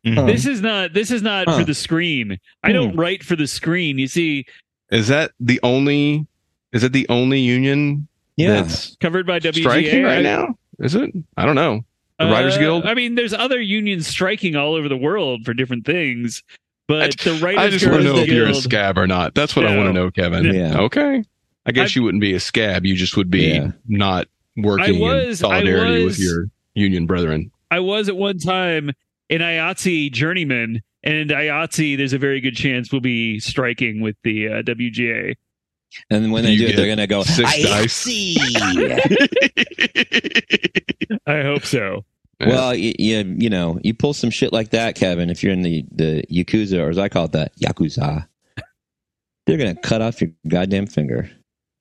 [SPEAKER 2] Mhm.
[SPEAKER 1] this is not this is not for
[SPEAKER 2] Huh.
[SPEAKER 1] the screen. I don't
[SPEAKER 3] Hmm.
[SPEAKER 1] write for the screen. You see,
[SPEAKER 3] is that the only is that the only union
[SPEAKER 2] yeah.
[SPEAKER 3] that's
[SPEAKER 1] covered by WGA
[SPEAKER 3] striking right
[SPEAKER 1] I-
[SPEAKER 3] now? Is it? I don't know. The Writers
[SPEAKER 1] Uh,
[SPEAKER 3] Guild?
[SPEAKER 1] I mean, there's other unions striking all over the world for different things, but the Writers
[SPEAKER 3] *laughs* I just
[SPEAKER 1] Guild.
[SPEAKER 3] want to know if you're a
[SPEAKER 1] Guild-
[SPEAKER 3] scab or not. That's what I want
[SPEAKER 1] No.
[SPEAKER 3] to know, Kevin.
[SPEAKER 2] Yeah.
[SPEAKER 3] Okay. I guess
[SPEAKER 1] I-
[SPEAKER 3] you wouldn't be a scab. You just would be
[SPEAKER 2] Yeah.
[SPEAKER 3] not working in
[SPEAKER 1] was- I
[SPEAKER 3] solidarity
[SPEAKER 1] was-
[SPEAKER 3] with your union brethren.
[SPEAKER 1] I was at one time an IATSE journeyman, and IATSE, there's a very good chance we'll be striking with the uh, WGA.
[SPEAKER 2] And when they
[SPEAKER 3] You
[SPEAKER 2] do it,
[SPEAKER 3] get
[SPEAKER 2] they're gonna go. "Ah,
[SPEAKER 3] six
[SPEAKER 2] I
[SPEAKER 3] dice."
[SPEAKER 2] see.
[SPEAKER 1] I hope so.
[SPEAKER 3] Yeah.
[SPEAKER 2] Well, you, you you know, you pull some shit like that, Kevin. If you're in the the yakuza, or as I call it, the yakuza, they're gonna cut off your goddamn finger.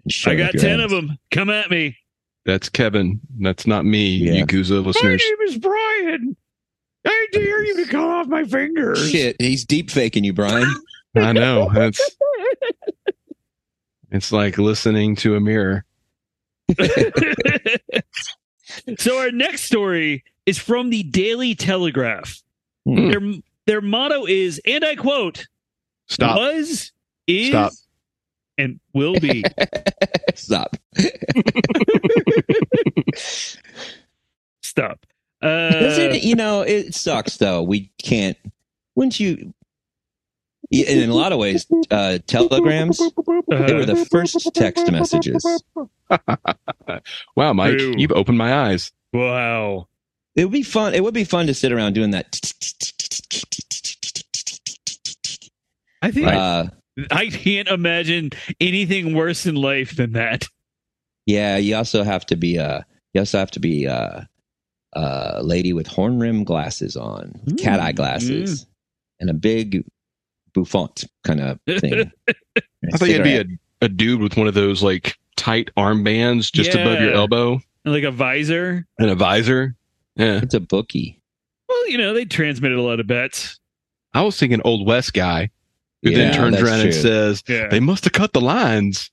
[SPEAKER 2] And shove
[SPEAKER 1] I
[SPEAKER 2] it
[SPEAKER 1] got
[SPEAKER 2] up your
[SPEAKER 1] 10
[SPEAKER 2] ass.
[SPEAKER 1] of them. Come at me.
[SPEAKER 3] That's Kevin. That's not me,
[SPEAKER 2] Yeah.
[SPEAKER 3] Yakuza listeners.
[SPEAKER 1] is Brian. I dare you to cut off my fingers.
[SPEAKER 2] Shit, he's deep faking you, Brian. *laughs*
[SPEAKER 3] I know.
[SPEAKER 1] *laughs*
[SPEAKER 3] That's it's like listening to a mirror.
[SPEAKER 1] *laughs* so our next story is from the Daily Telegraph.
[SPEAKER 2] Hmm.
[SPEAKER 1] Their their motto is, and I quote,
[SPEAKER 3] Stop.
[SPEAKER 1] was, is,
[SPEAKER 3] Stop.
[SPEAKER 1] and will be. *laughs*
[SPEAKER 2] Stop.
[SPEAKER 1] Stop. Uh,
[SPEAKER 2] Doesn't it, you know, it sucks though. We can't. Wouldn't you? Yeah, and in a lot of ways, uh, telegrams they were
[SPEAKER 1] uh,
[SPEAKER 2] the first text messages.
[SPEAKER 3] Wow, Mike,
[SPEAKER 1] Ew.
[SPEAKER 3] you've opened my eyes.
[SPEAKER 1] wow.
[SPEAKER 2] It would be fun. It would be fun to sit around doing that.
[SPEAKER 1] I think
[SPEAKER 2] Uh,
[SPEAKER 1] I can't imagine anything worse in life than that.
[SPEAKER 2] yeah, you also have to be a. You also have to be a, a lady with horn rim glasses on, cat eye
[SPEAKER 1] Mm.
[SPEAKER 2] glasses, and a big bouffant
[SPEAKER 1] *laughs*
[SPEAKER 2] kind of thing.
[SPEAKER 3] I thought you'd be a, a dude with one of those like tight armbands just above your
[SPEAKER 1] Yeah.
[SPEAKER 3] elbow
[SPEAKER 1] Like a visor.
[SPEAKER 3] and a visor. Yeah.
[SPEAKER 2] It's a bookie.
[SPEAKER 1] Well, you know, they transmitted a lot of bets.
[SPEAKER 3] I was thinking old West guy who
[SPEAKER 2] Yeah,
[SPEAKER 3] then turns
[SPEAKER 2] that's
[SPEAKER 3] around and
[SPEAKER 2] true.
[SPEAKER 3] says,
[SPEAKER 1] Yeah.
[SPEAKER 3] They must have cut the lines.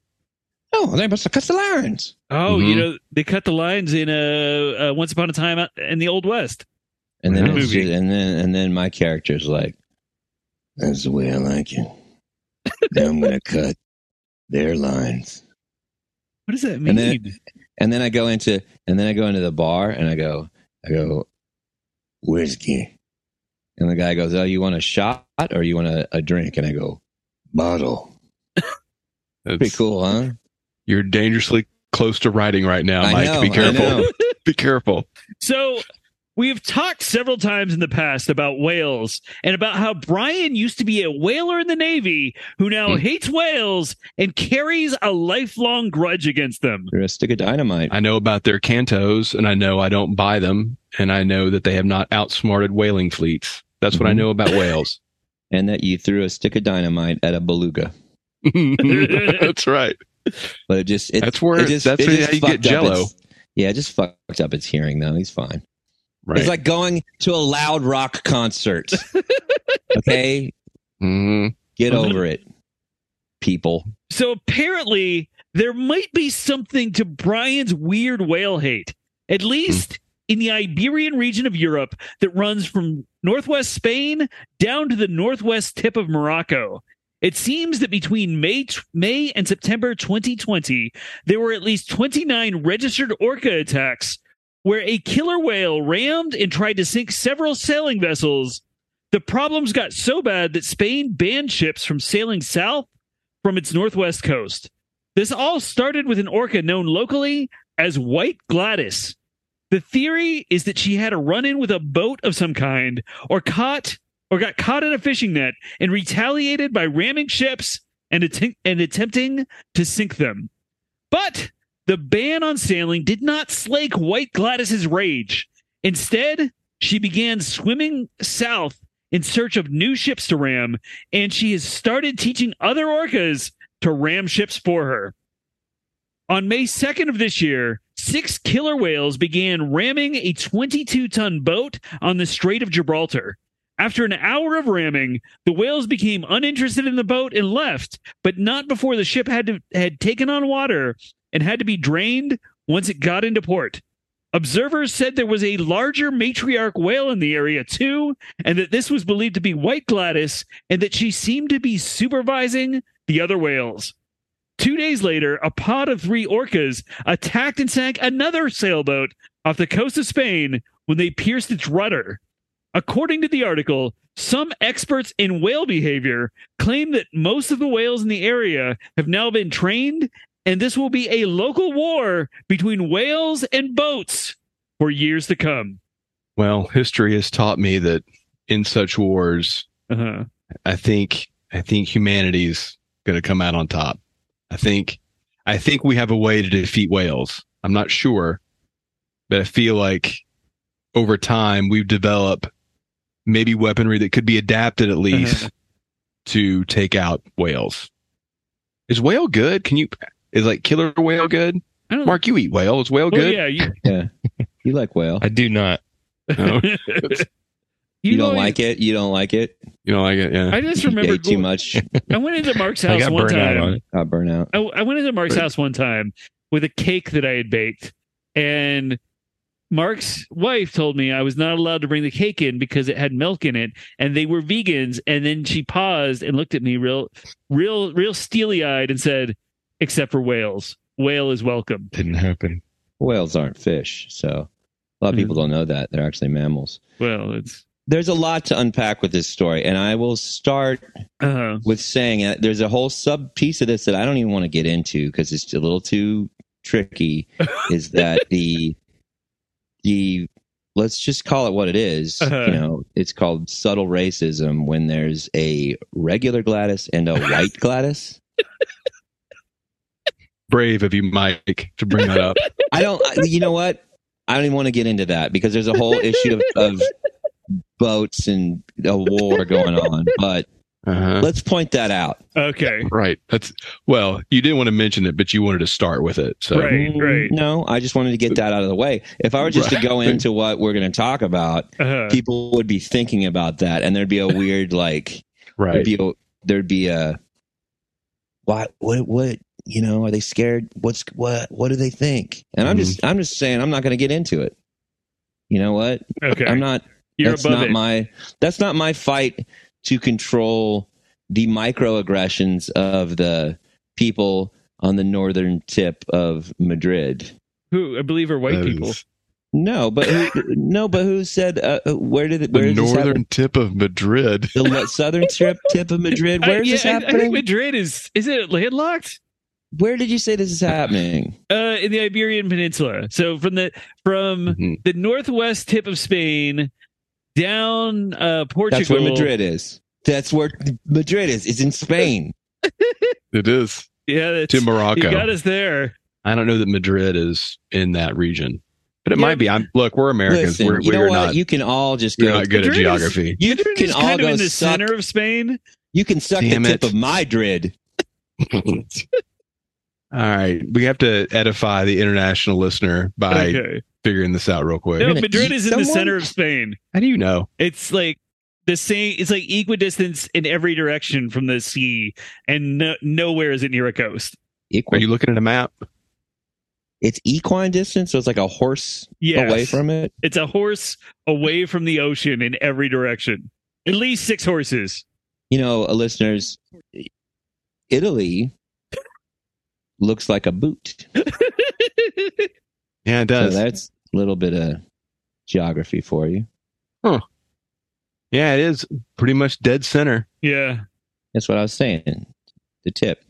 [SPEAKER 2] Oh, they must have cut the lines.
[SPEAKER 1] oh, you
[SPEAKER 3] Mhm.
[SPEAKER 1] know, they cut the lines in uh, uh, Once Upon a Time out- in the Old West.
[SPEAKER 2] And then
[SPEAKER 3] Yeah.
[SPEAKER 2] it's
[SPEAKER 1] Movie.
[SPEAKER 2] just- and then and then my character's like, "That's the way I like it." now I'm gonna cut their lines,
[SPEAKER 1] What does that mean?
[SPEAKER 2] And then- and then I go into and then I go into the bar and I go, I go, whiskey, and the guy goes, "Oh, you want a shot or you want a, a drink?" And I go, "Bottle."
[SPEAKER 3] That's,
[SPEAKER 2] Pretty cool, huh?
[SPEAKER 3] You're dangerously close to writing right now,
[SPEAKER 2] I
[SPEAKER 3] Mike.
[SPEAKER 2] know,
[SPEAKER 3] *laughs* Be
[SPEAKER 2] I know.
[SPEAKER 3] careful. Be careful.
[SPEAKER 1] so We have talked several times in the past about whales and about how Brian used to be a whaler in the Navy who now
[SPEAKER 4] Hmm.
[SPEAKER 1] hates whales and carries a lifelong grudge against them.
[SPEAKER 2] You're a stick of dynamite.
[SPEAKER 3] I know about their cantos, and I know I don't buy them, and I know that they have not outsmarted whaling fleets. That's what I
[SPEAKER 2] Mhm.
[SPEAKER 3] know
[SPEAKER 2] *laughs*
[SPEAKER 3] about whales. *laughs*
[SPEAKER 2] And that you threw a stick of dynamite at a beluga.
[SPEAKER 3] that's right.
[SPEAKER 2] But it just it,
[SPEAKER 3] That's where-
[SPEAKER 2] it just,
[SPEAKER 3] that's
[SPEAKER 2] it
[SPEAKER 3] where-
[SPEAKER 2] just
[SPEAKER 3] how you get
[SPEAKER 2] fucked up
[SPEAKER 3] jello.
[SPEAKER 2] its- Yeah, it just fucked up its hearing though. He's fine.
[SPEAKER 3] Right.
[SPEAKER 2] It's like going to a loud rock
[SPEAKER 3] *laughs*
[SPEAKER 2] concert. okay,
[SPEAKER 3] Mhm.
[SPEAKER 2] get
[SPEAKER 1] Mhm.
[SPEAKER 2] over it, people.
[SPEAKER 1] So apparently, there might be something to Brian's weird whale hate, at least in the Iberian region of Europe that runs from northwest Spain down to the northwest tip of Morocco. It seems that between May, t- May and September 2020, there were at least 29 registered orca attacks where a killer whale rammed and tried to sink several sailing vessels. The problems got so bad that Spain banned ships from sailing south from its northwest coast. This all started with an orca known locally as White Gladys. The theory is that she had a run in with a boat of some kind or caught or got caught in a fishing net and retaliated by ramming ships and, atten- and attempting to sink them. But the ban on sailing did not slake White Gladys's rage. Instead, she began swimming south in search of new ships to ram and she has started teaching other orcas to ram ships for her. On May 2nd of this year, six killer whales began ramming a 22 ton boat on the Strait of Gibraltar. After an hour of ramming, the whales became uninterested in the boat and left, but not before the ship had to, had taken on water and had to be drained once it got into port. Observers said there was a larger matriarch whale in the area too, and that this was believed to be White Gladys, and that she seemed to be supervising the other whales. Two days later, a pod of three orcas attacked and sank another sailboat off the coast of Spain when they pierced its rudder. According to the article, some experts in whale behavior claim that most of the whales in the area have now been trained, and this will be a local war between whales and boats for years to come.
[SPEAKER 3] Well, history has taught me that in such wars,
[SPEAKER 1] Uh-huh.
[SPEAKER 3] I think I think humanity's going to come out on top. I think I think we have a way to defeat whales. I'm not sure, but I feel like over time we've developed maybe weaponry that could be adapted at least
[SPEAKER 1] Uh-huh.
[SPEAKER 3] to take out whales. Is whale good? Can you is like killer whale good?
[SPEAKER 1] I don't-
[SPEAKER 3] Mark, you eat whale. Is whale
[SPEAKER 1] Well,
[SPEAKER 3] good?
[SPEAKER 1] Oh, yeah, you, *laughs*
[SPEAKER 2] You like whale?
[SPEAKER 4] I do not.
[SPEAKER 3] No,
[SPEAKER 1] *laughs*
[SPEAKER 2] You, don't like it? You don't like it?
[SPEAKER 3] you know, like it. Yeah.
[SPEAKER 1] I
[SPEAKER 2] *laughs*
[SPEAKER 1] just
[SPEAKER 2] You
[SPEAKER 1] remember
[SPEAKER 2] ate too much. uh,
[SPEAKER 1] I went into Mark's
[SPEAKER 4] I
[SPEAKER 1] house
[SPEAKER 4] got
[SPEAKER 1] one
[SPEAKER 4] burned out on
[SPEAKER 1] time.
[SPEAKER 4] it.
[SPEAKER 2] I burn out.
[SPEAKER 1] I, I went into Mark's house one time with a cake that I had baked, and Mark's wife told me I was not allowed to bring the cake in because it had milk in it, and they were vegans. And then she paused and looked at me real, real, real steely eyed and said, "Except for whales, whale is welcome."
[SPEAKER 4] Didn't happen.
[SPEAKER 2] Whales aren't fish, so a lot of
[SPEAKER 1] Mhm.
[SPEAKER 2] people don't know that they're actually mammals.
[SPEAKER 1] Well, it's
[SPEAKER 2] There's a lot to unpack with this story, and I will start
[SPEAKER 1] uh,
[SPEAKER 2] with saying uh, there's a whole sub piece of this that I don't even want to get into because it's a little too
[SPEAKER 1] *laughs*
[SPEAKER 2] tricky. is that the the let's just call it what it is,
[SPEAKER 1] Uh-huh.
[SPEAKER 2] You know, it's called subtle racism when there's a regular Gladys and a white Gladys.
[SPEAKER 3] Brave of you, Mike, to bring
[SPEAKER 1] *laughs*
[SPEAKER 3] that up.
[SPEAKER 2] I don't. I- You know what? I don't even want to get into that because there's a whole issue of, of boats and a war going on. But
[SPEAKER 3] Uh-huh.
[SPEAKER 2] let's point that out.
[SPEAKER 1] okay.
[SPEAKER 3] Right. That's well, you didn't want to mention it, but you wanted to start with it. So
[SPEAKER 1] Right.
[SPEAKER 2] Mm, No, I just wanted to get that out of the way. If I were just to go
[SPEAKER 3] Right.
[SPEAKER 2] into what we're going to talk about,
[SPEAKER 1] Uh,
[SPEAKER 2] people would be thinking about that, and there'd be a weird like
[SPEAKER 3] right.
[SPEAKER 2] there'd be a, there'd be a what what what you know are they scared what's what what do they think and
[SPEAKER 1] Mm-hmm.
[SPEAKER 2] i'm just i'm just saying i'm not going to get into it you know what
[SPEAKER 1] okay.
[SPEAKER 2] i'm not
[SPEAKER 1] You're
[SPEAKER 2] that's
[SPEAKER 1] above
[SPEAKER 2] not
[SPEAKER 1] it.
[SPEAKER 2] my that's not my fight to control the microaggressions of the people on the northern tip of madrid
[SPEAKER 1] Who I believe are white
[SPEAKER 3] That
[SPEAKER 1] people.
[SPEAKER 3] is
[SPEAKER 2] no but
[SPEAKER 1] *laughs*
[SPEAKER 2] who, no but who said uh, uh, where did it where
[SPEAKER 3] the
[SPEAKER 2] did this happen?
[SPEAKER 3] northern tip of Madrid.
[SPEAKER 1] *laughs*
[SPEAKER 2] the le- southern tip tip of madrid
[SPEAKER 1] I-
[SPEAKER 2] where is this
[SPEAKER 1] yeah, I- I
[SPEAKER 2] happening
[SPEAKER 1] think Madrid is is it landlocked?
[SPEAKER 2] Where did you say this is happening?
[SPEAKER 1] uh, in the Iberian Peninsula. So from the from
[SPEAKER 3] Mhm.
[SPEAKER 2] Mm-hmm.
[SPEAKER 1] the northwest tip of Spain down uh, Portugal.
[SPEAKER 2] That's where Madrid is. That's where Madrid is. It's in Spain.
[SPEAKER 3] It is
[SPEAKER 1] Yeah, that's,
[SPEAKER 3] to
[SPEAKER 1] you
[SPEAKER 3] Morocco.
[SPEAKER 1] got us there.
[SPEAKER 3] I don't know that Madrid is in that region, but it
[SPEAKER 1] Yeah.
[SPEAKER 3] might be. I'm look, we're Americans.
[SPEAKER 2] Listen,
[SPEAKER 3] we're
[SPEAKER 2] you know
[SPEAKER 3] we're
[SPEAKER 2] what?
[SPEAKER 3] not.
[SPEAKER 2] you can all just
[SPEAKER 3] we're
[SPEAKER 2] go.
[SPEAKER 3] not good at
[SPEAKER 1] Madrid is-
[SPEAKER 2] *laughs*
[SPEAKER 3] geography.
[SPEAKER 2] You
[SPEAKER 1] Madrid
[SPEAKER 2] can
[SPEAKER 1] is
[SPEAKER 2] all
[SPEAKER 1] kind of
[SPEAKER 2] go
[SPEAKER 1] in the
[SPEAKER 2] suck.
[SPEAKER 1] center of Spain.
[SPEAKER 2] You can suck the
[SPEAKER 3] Damn
[SPEAKER 2] tip
[SPEAKER 3] it.
[SPEAKER 2] of Madrid.
[SPEAKER 3] All right, we have to edify the international listener by
[SPEAKER 1] okay.
[SPEAKER 3] figuring this out real quick.
[SPEAKER 1] No,
[SPEAKER 2] gonna
[SPEAKER 1] Madrid
[SPEAKER 2] eat
[SPEAKER 1] is in the
[SPEAKER 2] someone?
[SPEAKER 1] center of Spain.
[SPEAKER 3] How do you know?
[SPEAKER 1] It's like the same. It's like equidistance in every direction from the sea, and no, nowhere is it near a coast.
[SPEAKER 3] Are
[SPEAKER 2] Equine.
[SPEAKER 3] you looking at a map?
[SPEAKER 2] it's equine distance, so it's like a horse
[SPEAKER 1] Yes.
[SPEAKER 2] away from it.
[SPEAKER 1] It's a horse away from the ocean in every direction. At least six horses.
[SPEAKER 2] You know, uh, listeners, Italy looks like a boot.
[SPEAKER 3] Yeah, it
[SPEAKER 2] So
[SPEAKER 3] does.
[SPEAKER 2] that's a little bit of geography for you.
[SPEAKER 3] yeah, it is pretty much dead center.
[SPEAKER 1] yeah.
[SPEAKER 2] That's what I was saying. The tip.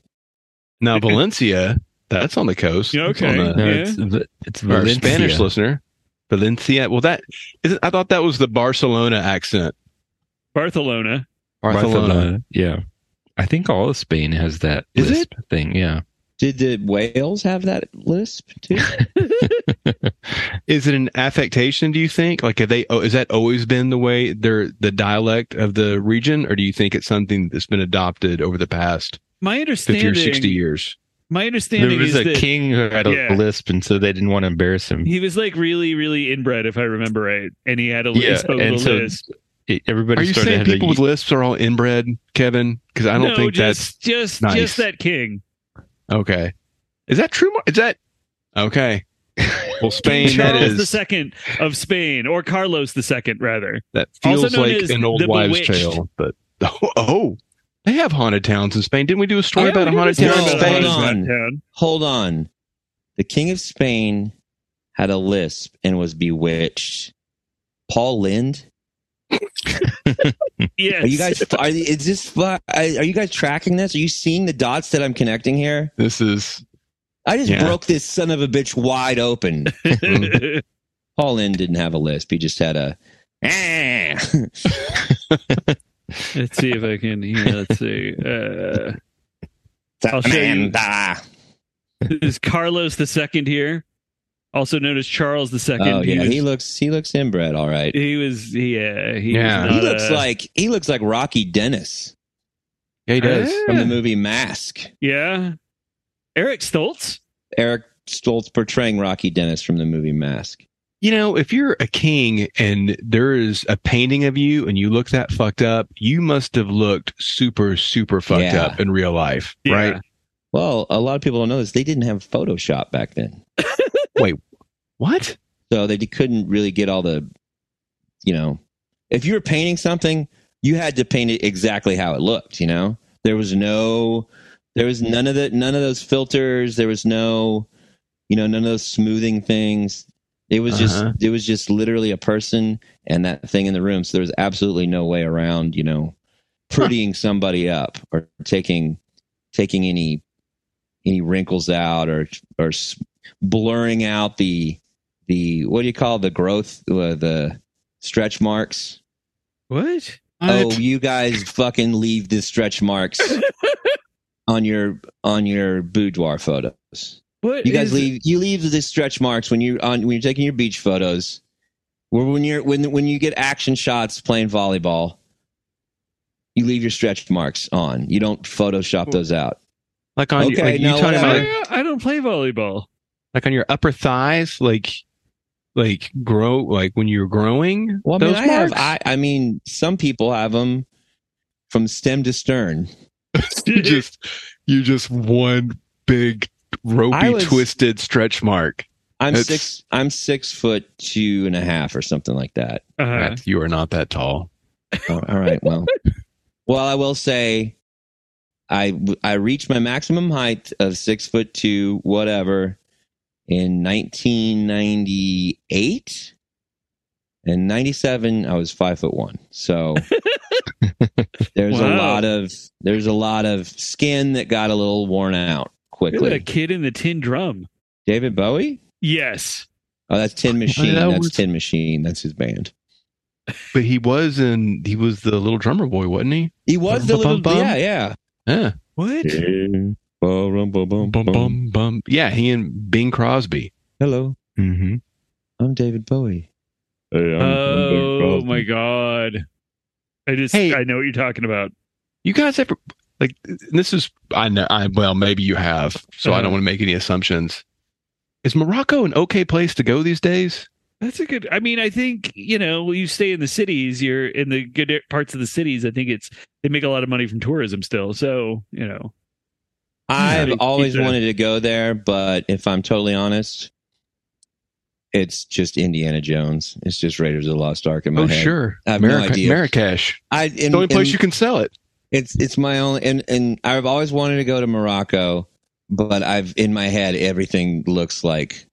[SPEAKER 3] Now Valencia, that's on the coast.
[SPEAKER 1] Yeah,
[SPEAKER 3] That's on
[SPEAKER 1] okay.
[SPEAKER 3] the-
[SPEAKER 4] No,
[SPEAKER 1] Yeah.
[SPEAKER 4] it's, Va- it's
[SPEAKER 3] For our
[SPEAKER 4] Valencia.
[SPEAKER 3] Spanish listener, Valencia. Well, that isn't, I thought that was the Barcelona accent.
[SPEAKER 1] Barcelona.
[SPEAKER 4] Barcelona. Yeah. I think all of Spain has that
[SPEAKER 3] Is
[SPEAKER 4] lisp thing. Yeah.
[SPEAKER 2] Did the whales have that lisp
[SPEAKER 1] *laughs*
[SPEAKER 2] too?
[SPEAKER 3] Is it an affectation? Do you think? Like, have they? Oh, is that always been the way they're the dialect of the region, or do you think it's something that's been adopted over the past
[SPEAKER 1] My
[SPEAKER 3] fifty
[SPEAKER 1] understanding.
[SPEAKER 3] or sixty years?
[SPEAKER 1] My
[SPEAKER 4] There
[SPEAKER 1] understanding
[SPEAKER 4] was
[SPEAKER 1] is
[SPEAKER 4] a
[SPEAKER 1] that
[SPEAKER 4] king who had a
[SPEAKER 1] Yeah.
[SPEAKER 4] lisp, and so they didn't want to embarrass him.
[SPEAKER 1] he was like really, really inbred, if I remember right, and he had a
[SPEAKER 4] Yeah,
[SPEAKER 1] he spoke
[SPEAKER 4] and
[SPEAKER 1] the
[SPEAKER 4] so-
[SPEAKER 1] lisp.
[SPEAKER 4] It- Everybody
[SPEAKER 3] Are you
[SPEAKER 4] started
[SPEAKER 3] saying
[SPEAKER 4] having
[SPEAKER 3] people with lisps are all inbred, Kevin? Because I don't
[SPEAKER 1] no,
[SPEAKER 3] think
[SPEAKER 1] just just
[SPEAKER 3] nice.
[SPEAKER 1] just that king.
[SPEAKER 3] that's okay. Is that true? Mar- Is that okay? *laughs*
[SPEAKER 1] King
[SPEAKER 3] Well, Spain. That
[SPEAKER 1] Charles the
[SPEAKER 3] is
[SPEAKER 1] second of Spain, or Carlos the second, rather.
[SPEAKER 3] that
[SPEAKER 1] also
[SPEAKER 3] feels
[SPEAKER 1] known
[SPEAKER 3] like
[SPEAKER 1] as
[SPEAKER 3] an old
[SPEAKER 1] the
[SPEAKER 3] wives'
[SPEAKER 1] Bewitched.
[SPEAKER 3] tale. But *laughs* oh, oh, they have haunted towns in Spain. Didn't we do a story
[SPEAKER 1] Oh, yeah,
[SPEAKER 3] about a
[SPEAKER 1] we did
[SPEAKER 3] haunted
[SPEAKER 1] this
[SPEAKER 3] town
[SPEAKER 2] story
[SPEAKER 3] in
[SPEAKER 2] about
[SPEAKER 3] Spain?
[SPEAKER 2] a haunted on.
[SPEAKER 1] Town.
[SPEAKER 2] Hold on. The king of Spain had a lisp and was bewitched. Paul Lind.
[SPEAKER 1] Yes.
[SPEAKER 2] Are you guys? Are is this? fu- I- Are you guys tracking this? Are you seeing the dots that I'm connecting here?
[SPEAKER 3] This is
[SPEAKER 2] I just
[SPEAKER 3] Yeah.
[SPEAKER 2] broke this son of a bitch wide open. *laughs* Paul Lind didn't have a lisp. He just had a.
[SPEAKER 1] *laughs*
[SPEAKER 2] *laughs*
[SPEAKER 1] let's see if I can. Yeah, let's see. Uh, I'll show you.
[SPEAKER 2] Amanda.
[SPEAKER 1] this is Carlos the second here, also known as Charles the second.
[SPEAKER 2] Oh yeah, he
[SPEAKER 1] was,
[SPEAKER 2] looks. He looks inbred. All right.
[SPEAKER 1] he was. Yeah, he
[SPEAKER 3] Yeah.
[SPEAKER 1] Was
[SPEAKER 2] He
[SPEAKER 1] not
[SPEAKER 2] looks
[SPEAKER 1] a-
[SPEAKER 2] like he looks like Rocky Dennis
[SPEAKER 3] yeah, he does.
[SPEAKER 2] from the movie Mask.
[SPEAKER 1] Yeah, Eric Stoltz.
[SPEAKER 2] Eric Stoltz portraying Rocky Dennis from the movie Mask.
[SPEAKER 3] You know, if you're a king and there is a painting of you and you look that fucked up, you must have looked super, super fucked
[SPEAKER 2] Yeah.
[SPEAKER 3] up in real life,
[SPEAKER 1] Yeah.
[SPEAKER 3] right?
[SPEAKER 2] Well, a lot of people don't know this. They didn't have Photoshop back then,
[SPEAKER 3] What?
[SPEAKER 2] so they couldn't really get all the, you know, if you were painting something, you had to paint it exactly how it looked. You know, there was no, there was none of the none of those filters. There was no, you know, none of those smoothing things. It was
[SPEAKER 3] Uh-huh.
[SPEAKER 2] just it was just literally a person and that thing in the room. So there was absolutely no way around, you know, prettying somebody up or taking taking any any wrinkles out or or s- blurring out the the what do you call the growth uh, the stretch marks
[SPEAKER 1] What?
[SPEAKER 2] oh you guys fucking leave the stretch marks on your on your boudoir photos
[SPEAKER 1] What?
[SPEAKER 2] you guys
[SPEAKER 1] is-
[SPEAKER 2] leave you leave the stretch marks when you on when you're taking your beach photos or when you're when when you get action shots playing volleyball you leave your stretch marks on you don't photoshop those out
[SPEAKER 3] Like on your,
[SPEAKER 2] Okay,
[SPEAKER 3] like, you
[SPEAKER 2] now
[SPEAKER 3] talking about
[SPEAKER 2] whatever.
[SPEAKER 1] I, I don't play volleyball.
[SPEAKER 3] like on your upper thighs, like like grow like when you're growing.
[SPEAKER 2] Well, I mean,
[SPEAKER 3] those
[SPEAKER 2] I have.
[SPEAKER 3] marks?
[SPEAKER 2] I, I mean, some people have them from stem to stern. *laughs*
[SPEAKER 3] you just you just one big ropey
[SPEAKER 2] I was-
[SPEAKER 3] twisted stretch mark.
[SPEAKER 2] I'm
[SPEAKER 3] It's-
[SPEAKER 2] six. I'm six foot two and a half or something like that.
[SPEAKER 1] *laughs* Uh-huh.
[SPEAKER 3] Matt, you are not that tall.
[SPEAKER 2] Oh, all right. Well, *laughs* well, I will say, I I reached my maximum height of six foot two, whatever, in 1998. And 97, I was five foot one. *laughs* So there's a
[SPEAKER 1] Wow.
[SPEAKER 2] lot of there's a lot of skin that got a little worn out
[SPEAKER 1] Look at
[SPEAKER 2] quickly.
[SPEAKER 1] that kid in the tin drum.
[SPEAKER 2] David Bowie?
[SPEAKER 1] Yes.
[SPEAKER 2] Oh, that's Tin Machine.
[SPEAKER 3] that
[SPEAKER 2] That's
[SPEAKER 3] was-
[SPEAKER 2] Tin Machine. That's his band.
[SPEAKER 3] But he was in. He was the little drummer boy, wasn't he?
[SPEAKER 2] He was the little.
[SPEAKER 3] Bum-bum-bum.
[SPEAKER 2] Yeah, yeah.
[SPEAKER 3] Yeah.
[SPEAKER 1] What?
[SPEAKER 3] Bum bum bum. Yeah, he and Bing Crosby.
[SPEAKER 2] Hello,
[SPEAKER 3] Mm-hmm.
[SPEAKER 2] I'm David Bowie.
[SPEAKER 1] Oh my god. I just
[SPEAKER 3] Hey.
[SPEAKER 1] I know what you're talking about.
[SPEAKER 3] You guys ever like this is I know I well maybe you have so
[SPEAKER 2] Uh-huh.
[SPEAKER 3] I don't want to make any assumptions. Is Morocco an okay place to go these days?
[SPEAKER 1] That's a good I mean, I think, you know, you stay in the cities, you're in the good e, parts of the cities, I think it's they make a lot of money from tourism still. So, you know.
[SPEAKER 2] I've
[SPEAKER 1] Yeah.
[SPEAKER 2] always
[SPEAKER 1] Pizza.
[SPEAKER 2] wanted to go there, but if I'm totally honest, it's just Indiana Jones. It's just Raiders of the Lost Ark in my
[SPEAKER 3] Oh
[SPEAKER 2] head.
[SPEAKER 3] sure,
[SPEAKER 2] I have no
[SPEAKER 3] Marrakesh.
[SPEAKER 2] idea.
[SPEAKER 3] Marrakesh.
[SPEAKER 2] I in,
[SPEAKER 3] The only place
[SPEAKER 2] in-
[SPEAKER 3] you can sell it.
[SPEAKER 2] It's it's my only and and I've always wanted to go to Morocco, but I've in my head everything looks like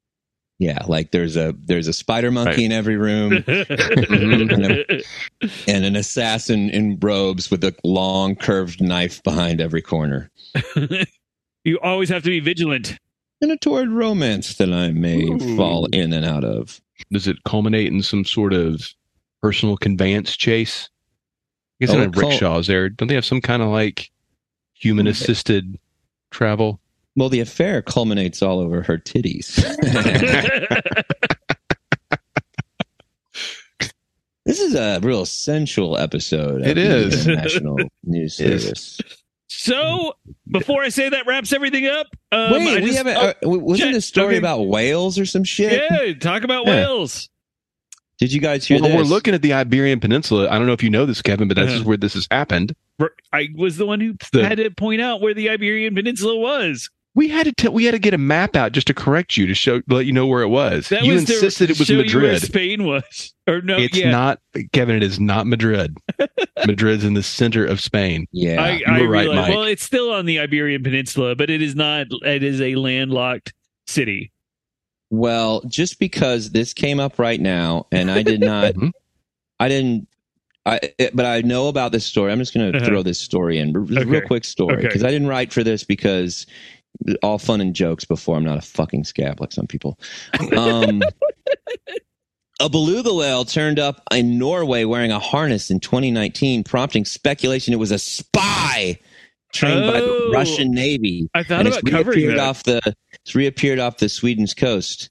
[SPEAKER 2] yeah, like there's a there's a spider monkey
[SPEAKER 3] Right.
[SPEAKER 2] in every room
[SPEAKER 3] Mm-hmm.
[SPEAKER 1] *laughs*
[SPEAKER 2] and an assassin in robes with a long curved knife behind every corner.
[SPEAKER 3] Mm-hmm.
[SPEAKER 1] you always have to be
[SPEAKER 3] *laughs*
[SPEAKER 1] vigilant.
[SPEAKER 2] And a torrid romance that I may
[SPEAKER 3] Ooh.
[SPEAKER 2] fall in and out of.
[SPEAKER 3] Does it culminate in some sort of personal conveyance chase? I guess
[SPEAKER 2] Oh,
[SPEAKER 3] they don't
[SPEAKER 2] it
[SPEAKER 3] have
[SPEAKER 2] cul-
[SPEAKER 3] rickshaws there. Don't they have some kind of like human
[SPEAKER 2] Okay.
[SPEAKER 3] assisted travel?
[SPEAKER 2] Well, the affair culminates all over her titties. *laughs* this is a real sensual episode. of
[SPEAKER 3] It
[SPEAKER 2] the
[SPEAKER 3] is. *laughs*
[SPEAKER 2] International News
[SPEAKER 3] It is.
[SPEAKER 2] Service.
[SPEAKER 1] so, before I say that wraps everything up, um,
[SPEAKER 2] Wait,
[SPEAKER 1] I
[SPEAKER 2] we
[SPEAKER 1] just-
[SPEAKER 2] haven't.
[SPEAKER 1] oh,
[SPEAKER 2] uh, w- wasn't
[SPEAKER 1] shit,
[SPEAKER 2] a story
[SPEAKER 1] okay.
[SPEAKER 2] about whales or some shit?
[SPEAKER 1] yeah, talk about
[SPEAKER 3] Yeah.
[SPEAKER 1] whales.
[SPEAKER 2] Did you guys hear
[SPEAKER 3] Well, we're
[SPEAKER 2] this?
[SPEAKER 3] looking at the Iberian Peninsula. I don't know if you know this, Kevin, but this
[SPEAKER 1] Uh-huh.
[SPEAKER 3] is where this has happened.
[SPEAKER 1] R- I was the one who
[SPEAKER 3] The-
[SPEAKER 1] had to point out where the Iberian Peninsula was.
[SPEAKER 3] We had to tell we had to get a map out just to correct you to show let you know where it was.
[SPEAKER 1] That
[SPEAKER 3] you
[SPEAKER 1] was to
[SPEAKER 3] insisted it was
[SPEAKER 1] show you where
[SPEAKER 3] Madrid.
[SPEAKER 1] Spain was, or no?
[SPEAKER 3] It's
[SPEAKER 1] yeah,
[SPEAKER 3] not Kevin. It is not
[SPEAKER 1] *laughs*
[SPEAKER 3] Madrid. Madrid's in the center of Spain.
[SPEAKER 2] Yeah.
[SPEAKER 1] I,
[SPEAKER 3] you
[SPEAKER 1] I
[SPEAKER 3] were right,
[SPEAKER 1] realize-
[SPEAKER 3] Mike.
[SPEAKER 1] Well, it's still on the Iberian Peninsula, but it is not. It is a landlocked city.
[SPEAKER 2] well, just because this came up right now, and I
[SPEAKER 1] *laughs*
[SPEAKER 2] did not,
[SPEAKER 1] Mm-hmm.
[SPEAKER 3] Mhm.
[SPEAKER 2] I didn't, I. It, but I know about this story. I'm just going to
[SPEAKER 1] Uh-huh.
[SPEAKER 2] throw this story in, r- real
[SPEAKER 1] Okay.
[SPEAKER 2] quick story,
[SPEAKER 1] Okay.
[SPEAKER 2] because I didn't write for this because all fun and jokes before. I'm not a fucking scab like some people. Um, a beluga whale turned up in Norway wearing a harness in 2019, prompting speculation it was a spy trained by the
[SPEAKER 1] Oh.
[SPEAKER 2] Russian Navy
[SPEAKER 1] I thought
[SPEAKER 2] and
[SPEAKER 1] about
[SPEAKER 2] it's
[SPEAKER 1] covering
[SPEAKER 2] reappeared
[SPEAKER 1] that.
[SPEAKER 2] off the it's reappeared off the Sweden's coast.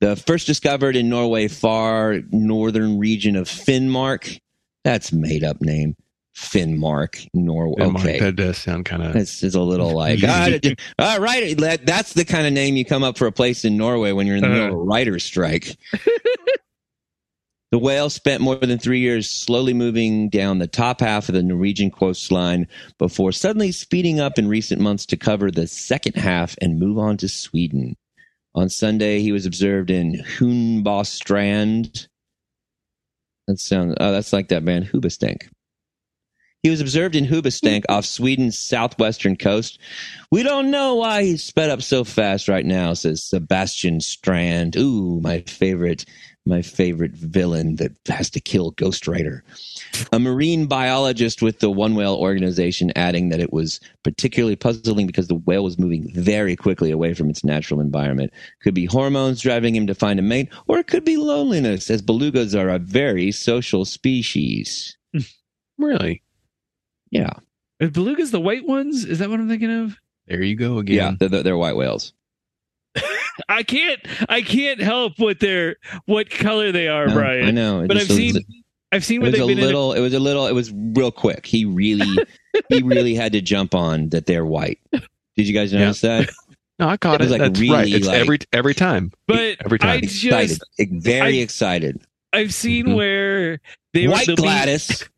[SPEAKER 2] The first discovered in Norway, far northern region of Finnmark. That's made up name, Finnmark, Norway.
[SPEAKER 3] Denmark,
[SPEAKER 2] Okay,
[SPEAKER 3] That does sound kind of
[SPEAKER 2] this is a *laughs* little like ah, d- all right. that- That's the kind of name you come up for a place in Norway when you're in the middle of a writer's strike. The whale spent more than three years slowly moving down the top half of the Norwegian coastline before suddenly speeding up in recent months to cover the second half and move on to Sweden. On Sunday, he was observed in Strand. That sounds, oh, that's like that band Hoobastank. He was observed in Hoobastank off Sweden's southwestern coast. We don't know why he sped up so fast right now, says Sebastian Strand. Ooh, my favorite my favorite villain that has to kill Ghost Rider. A marine biologist with the One Whale organization adding that it was particularly puzzling because the whale was moving very quickly away from its natural environment. Could be hormones driving him to find a mate, or it could be loneliness, as belugas are a very social species.
[SPEAKER 3] really.
[SPEAKER 2] Yeah.
[SPEAKER 1] Are belugas the white ones? Is that what I'm thinking of?
[SPEAKER 3] There you
[SPEAKER 1] Mm.
[SPEAKER 2] Yeah,
[SPEAKER 3] go again.
[SPEAKER 2] they're, they're- they're white whales.
[SPEAKER 1] I can't. I can't help what they're what color they are,
[SPEAKER 2] No, I
[SPEAKER 1] Brian.
[SPEAKER 2] know. it
[SPEAKER 1] But
[SPEAKER 2] just
[SPEAKER 1] I've
[SPEAKER 2] was-
[SPEAKER 1] seen I've seen
[SPEAKER 2] it
[SPEAKER 1] where
[SPEAKER 2] was
[SPEAKER 1] they've
[SPEAKER 2] a
[SPEAKER 1] been in.
[SPEAKER 2] little it was a little it was real quick he really he really had to jump on that they're white did you guys
[SPEAKER 3] Yeah.
[SPEAKER 2] notice that
[SPEAKER 3] No, I caught
[SPEAKER 2] It
[SPEAKER 3] it.
[SPEAKER 2] was, like,
[SPEAKER 3] That's right.
[SPEAKER 2] really,
[SPEAKER 3] It's
[SPEAKER 2] like-
[SPEAKER 3] every every time.
[SPEAKER 1] But
[SPEAKER 3] every time.
[SPEAKER 1] *laughs* I
[SPEAKER 2] excited
[SPEAKER 1] just
[SPEAKER 2] Ex- very
[SPEAKER 1] I-
[SPEAKER 2] excited
[SPEAKER 1] I've seen
[SPEAKER 3] Mhm.
[SPEAKER 1] where they
[SPEAKER 2] white
[SPEAKER 1] were, they'll be-
[SPEAKER 2] gladys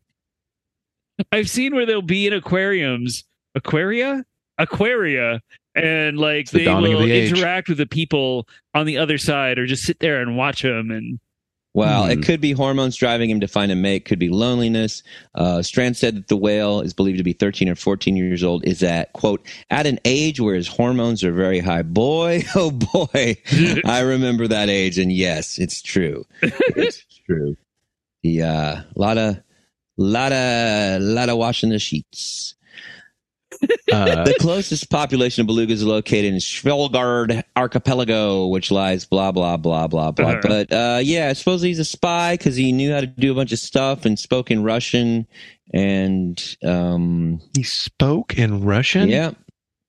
[SPEAKER 1] I've seen where they'll be in aquariums, aquaria, aquaria, and like
[SPEAKER 3] the
[SPEAKER 1] they
[SPEAKER 3] dawning of
[SPEAKER 1] will
[SPEAKER 3] the age.
[SPEAKER 1] interact with the people on the other side, or just sit there and watch them. And *laughs*
[SPEAKER 2] well
[SPEAKER 3] Hmm.
[SPEAKER 2] it could be hormones driving him to find a mate could be loneliness uh, strand said that the whale is believed to be 13 or 14 years old is at quote at an age where his hormones are very high boy *laughs* oh boy I remember that age, and yes, it's true. It's true. The uh, lot of lot of lot of washing the sheets.
[SPEAKER 3] Uh,
[SPEAKER 2] The closest population of belugas is located in Svalbard Archipelago, which lies blah blah blah blah blah.
[SPEAKER 1] Uh-huh.
[SPEAKER 2] But uh, yeah, I suppose he's a spy because he knew how to do a bunch of stuff and spoke in Russian. And um,
[SPEAKER 3] he spoke in Russian.
[SPEAKER 2] yeah,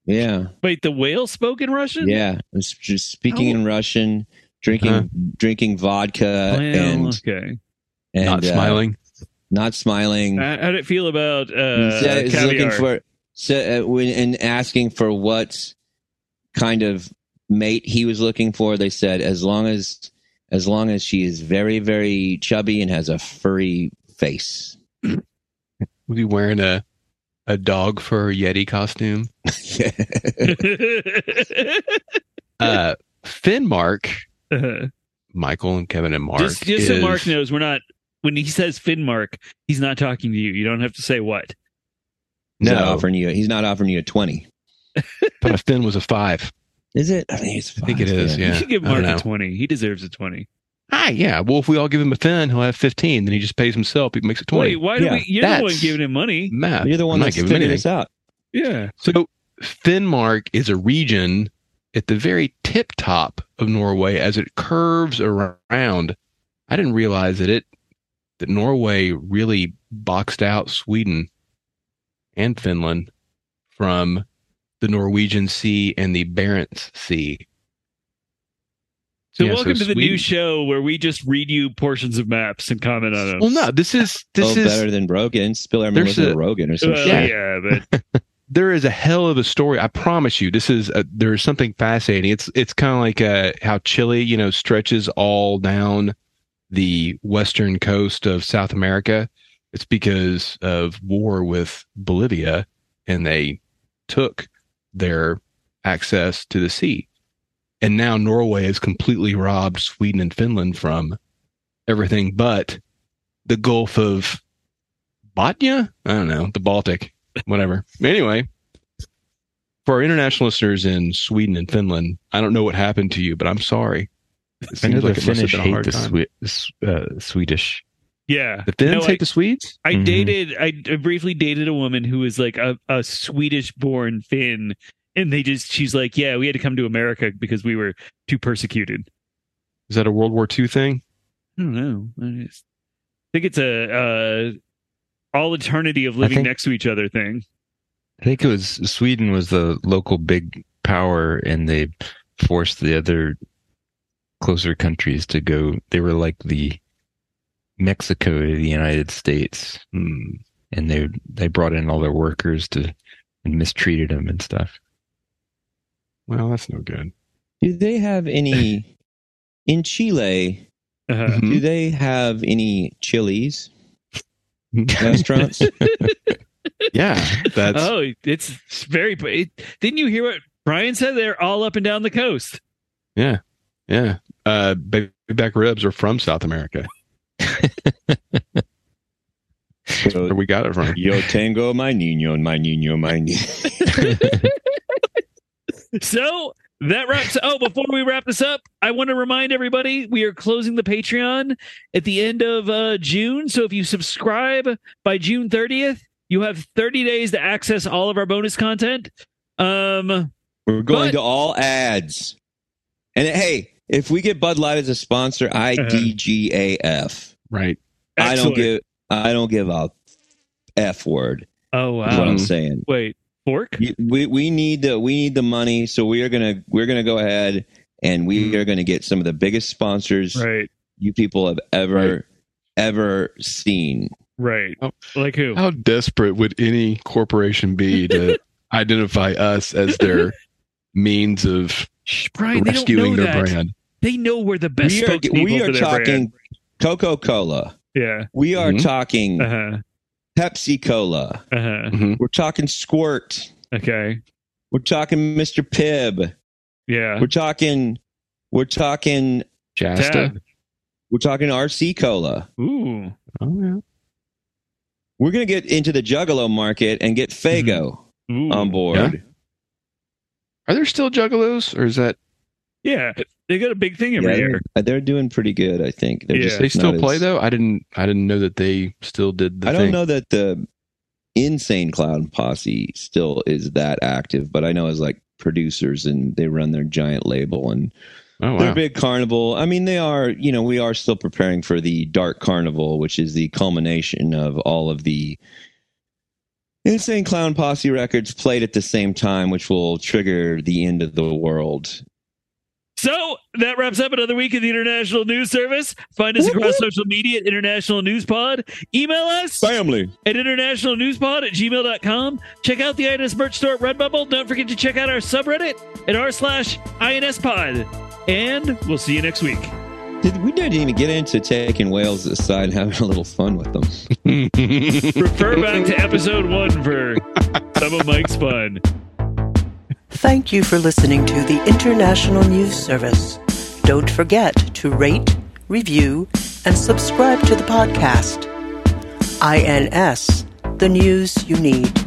[SPEAKER 2] yeah,
[SPEAKER 1] Wait, the whale spoke in Russian?
[SPEAKER 2] yeah. Was just speaking in Russian, drinking
[SPEAKER 3] Huh.
[SPEAKER 2] drinking vodka,
[SPEAKER 1] Uh-huh. Well,
[SPEAKER 2] and
[SPEAKER 1] okay.
[SPEAKER 2] and
[SPEAKER 3] not
[SPEAKER 2] uh,
[SPEAKER 3] smiling.
[SPEAKER 2] not smiling.
[SPEAKER 1] How how did it feel about uh,
[SPEAKER 2] So it's looking
[SPEAKER 1] caviar?
[SPEAKER 2] for so uh, when and asking for what kind of mate he was looking for they said as long as as long as she is very very chubby and has a furry face *laughs*
[SPEAKER 3] Was he wearing a a dog fur Yeti costume? Uh, Finnmark,
[SPEAKER 1] *laughs* Uh,
[SPEAKER 3] Michael and Kevin and Mark.
[SPEAKER 1] just just so
[SPEAKER 3] is-
[SPEAKER 1] Mark knows, we're not. When he says Finnmark, he's not talking to you. You don't have to say what.
[SPEAKER 2] he's not
[SPEAKER 3] No,
[SPEAKER 2] offering you he's not offering you a 20
[SPEAKER 3] but a Finn was a five.
[SPEAKER 2] is it i think it's
[SPEAKER 3] I think it
[SPEAKER 2] five,
[SPEAKER 3] is. Yeah,
[SPEAKER 1] you should give
[SPEAKER 3] I don't
[SPEAKER 1] Mark a
[SPEAKER 3] know.
[SPEAKER 1] twenty. He deserves a twenty.
[SPEAKER 3] Ah, yeah. Well, if we all give him a Finn, he'll have fifteen. Then he just pays himself. He makes it twenty.
[SPEAKER 1] Wait, why do
[SPEAKER 2] Yeah,
[SPEAKER 1] we? You're the one
[SPEAKER 3] that's-
[SPEAKER 1] giving him money.
[SPEAKER 3] Math.
[SPEAKER 2] you're the one
[SPEAKER 3] I'm not
[SPEAKER 2] that's
[SPEAKER 3] giving
[SPEAKER 2] figuring
[SPEAKER 3] him anything.
[SPEAKER 2] this out
[SPEAKER 1] Yeah.
[SPEAKER 3] So Finnmark is a region at the very tip top of Norway as it curves around. I didn't realize that it that Norway really boxed out Sweden and Finland from the Norwegian Sea and the Barents Sea.
[SPEAKER 1] So
[SPEAKER 3] Yeah,
[SPEAKER 1] welcome to the new
[SPEAKER 3] Sweden-
[SPEAKER 1] show where we just read you portions of maps and comment on them. Uh,
[SPEAKER 3] Well, no, this is
[SPEAKER 1] Oh,
[SPEAKER 2] this
[SPEAKER 3] this is
[SPEAKER 2] better than rogan spill our
[SPEAKER 3] There's
[SPEAKER 2] Melissa
[SPEAKER 3] a-
[SPEAKER 2] rogan or some
[SPEAKER 1] Well,
[SPEAKER 2] shit
[SPEAKER 1] yeah.
[SPEAKER 3] Yeah.
[SPEAKER 1] but
[SPEAKER 3] there is a hell of a story. I promise you, this is a, there is something fascinating. It's it's kind of like uh, how Chile, you know, stretches all down the western coast of South America. It's because of war with Bolivia, and they took their access to the sea, and now Norway has completely robbed Sweden and Finland from everything but the Gulf of Botnia. I don't know the Baltic whatever. Anyway, for our international listeners in Sweden and Finland, I don't know what happened to you, but I'm sorry. It
[SPEAKER 4] I know
[SPEAKER 3] seems
[SPEAKER 4] the
[SPEAKER 3] like it must have
[SPEAKER 4] Finnish
[SPEAKER 3] been a
[SPEAKER 4] hate
[SPEAKER 3] hard
[SPEAKER 4] the
[SPEAKER 3] time.
[SPEAKER 4] Swe- s- uh, Swedish.
[SPEAKER 1] yeah.
[SPEAKER 3] The Finns
[SPEAKER 1] No,
[SPEAKER 3] hate
[SPEAKER 1] I-
[SPEAKER 3] the Swedes?
[SPEAKER 1] I
[SPEAKER 4] Mhm.
[SPEAKER 1] dated, I briefly dated a woman who was like a, a Swedish born Finn. And they just, she's like, yeah, we had to come to America because we were too persecuted.
[SPEAKER 3] Is that a World War II thing?
[SPEAKER 1] I don't know. I just think it's a, uh, all eternity of
[SPEAKER 4] I
[SPEAKER 1] living
[SPEAKER 4] think-
[SPEAKER 1] next to each other thing.
[SPEAKER 4] I think it was Sweden was the local big power, and they forced the other closer countries to go. They were like the Mexico to the United States,
[SPEAKER 3] Hmm.
[SPEAKER 4] and they they brought in all their workers to and mistreated them and stuff.
[SPEAKER 3] Well, that's no good.
[SPEAKER 2] do they have any in chile
[SPEAKER 1] Uh,
[SPEAKER 3] Mm-hmm.
[SPEAKER 2] do they have any *laughs* chilies restaurants
[SPEAKER 3] *laughs* yeah, that's
[SPEAKER 1] oh, it's it's very, it, didn't you hear what Brian said? They're all up and down the coast.
[SPEAKER 3] yeah. Uh, baby back ribs are from South America.
[SPEAKER 2] So-
[SPEAKER 3] Where we got it from?
[SPEAKER 2] Yo tengo my niño, my niño, my niño.
[SPEAKER 1] So that wraps. Oh, before we wrap this up, I want to remind everybody we are closing the Patreon at the end of uh, June. So if you subscribe by June 30th, you have 30 days to access all of our bonus content. Um,
[SPEAKER 2] We're going
[SPEAKER 1] But-
[SPEAKER 2] to all ads. And hey, if we get Bud Light as a sponsor, I D G A F.
[SPEAKER 3] Right.
[SPEAKER 2] I don't
[SPEAKER 1] excellent.
[SPEAKER 2] give I don't give a f word.
[SPEAKER 1] Oh
[SPEAKER 2] Is what
[SPEAKER 1] wow!
[SPEAKER 2] I'm saying.
[SPEAKER 1] Wait, fork?
[SPEAKER 2] You- We we need the we need the money, so we are gonna we're gonna go ahead and we are gonna get some of the biggest sponsors
[SPEAKER 1] Hmm. Right,
[SPEAKER 2] you people have ever ever seen.
[SPEAKER 1] right.
[SPEAKER 3] Oh.
[SPEAKER 1] Like who?
[SPEAKER 3] How desperate would any corporation
[SPEAKER 1] *laughs*
[SPEAKER 3] be to identify us as their means of
[SPEAKER 1] Shh, Brian, they don't
[SPEAKER 3] rescuing
[SPEAKER 1] know
[SPEAKER 3] their
[SPEAKER 1] that.
[SPEAKER 3] brand?
[SPEAKER 1] They know we're the best.
[SPEAKER 2] we are
[SPEAKER 1] spokespeople
[SPEAKER 2] we
[SPEAKER 1] for
[SPEAKER 2] are
[SPEAKER 1] their
[SPEAKER 2] talking Coca Cola.
[SPEAKER 1] Brand.
[SPEAKER 2] We are
[SPEAKER 3] Mhm.
[SPEAKER 2] talking
[SPEAKER 1] Yeah. Uh huh.
[SPEAKER 2] Pepsi Cola.
[SPEAKER 1] Uh huh.
[SPEAKER 2] We're talking Squirt.
[SPEAKER 1] Okay.
[SPEAKER 2] We're talking Mr. Pibb.
[SPEAKER 1] Uh-huh. Yeah.
[SPEAKER 2] We're talking we're talking
[SPEAKER 3] Shasta.
[SPEAKER 1] Tab.
[SPEAKER 2] we're talking RC Cola.
[SPEAKER 1] Ooh.
[SPEAKER 3] Oh yeah.
[SPEAKER 2] We're going to get into the Juggalo market and get Fago
[SPEAKER 1] Mm-hmm. Ooh.
[SPEAKER 2] on board.
[SPEAKER 3] Yeah. Are there still juggalos, or is that
[SPEAKER 1] Yeah, they got a big thing every
[SPEAKER 2] Yeah,
[SPEAKER 1] year.
[SPEAKER 2] they're, Uh, they're doing pretty good, I think. They're
[SPEAKER 1] Yeah.
[SPEAKER 2] just
[SPEAKER 3] they still
[SPEAKER 2] not
[SPEAKER 3] play
[SPEAKER 2] as-
[SPEAKER 3] though? I didn't. I didn't know that they still did the.
[SPEAKER 2] I don't
[SPEAKER 3] thing.
[SPEAKER 2] know that the Insane Clown Posse still is that active, but I know as like producers and they run their giant label and
[SPEAKER 4] Oh
[SPEAKER 2] they're
[SPEAKER 4] wow.
[SPEAKER 2] a big carnival. I mean, they are, you know, we are still preparing for the Dark Carnival, which is the culmination of all of the Insane Clown Posse records played at the same time, which will trigger the end of the world.
[SPEAKER 1] So that wraps up another week of the International News Service. Find us across social media at International News Pod. Email us
[SPEAKER 2] Family.
[SPEAKER 1] at internationalnewspod at gmail.com. Check out the INS merch store at Redbubble. Don't forget to check out our subreddit at r slash INS pod. And we'll see you next week.
[SPEAKER 2] Did, we didn't even get into taking whales aside and having a little fun with them.
[SPEAKER 1] Refer back to episode one for some of Mike's fun.
[SPEAKER 5] Thank you for listening to the International News Service. Don't forget to rate, review, and subscribe to the podcast. INS, the news you need.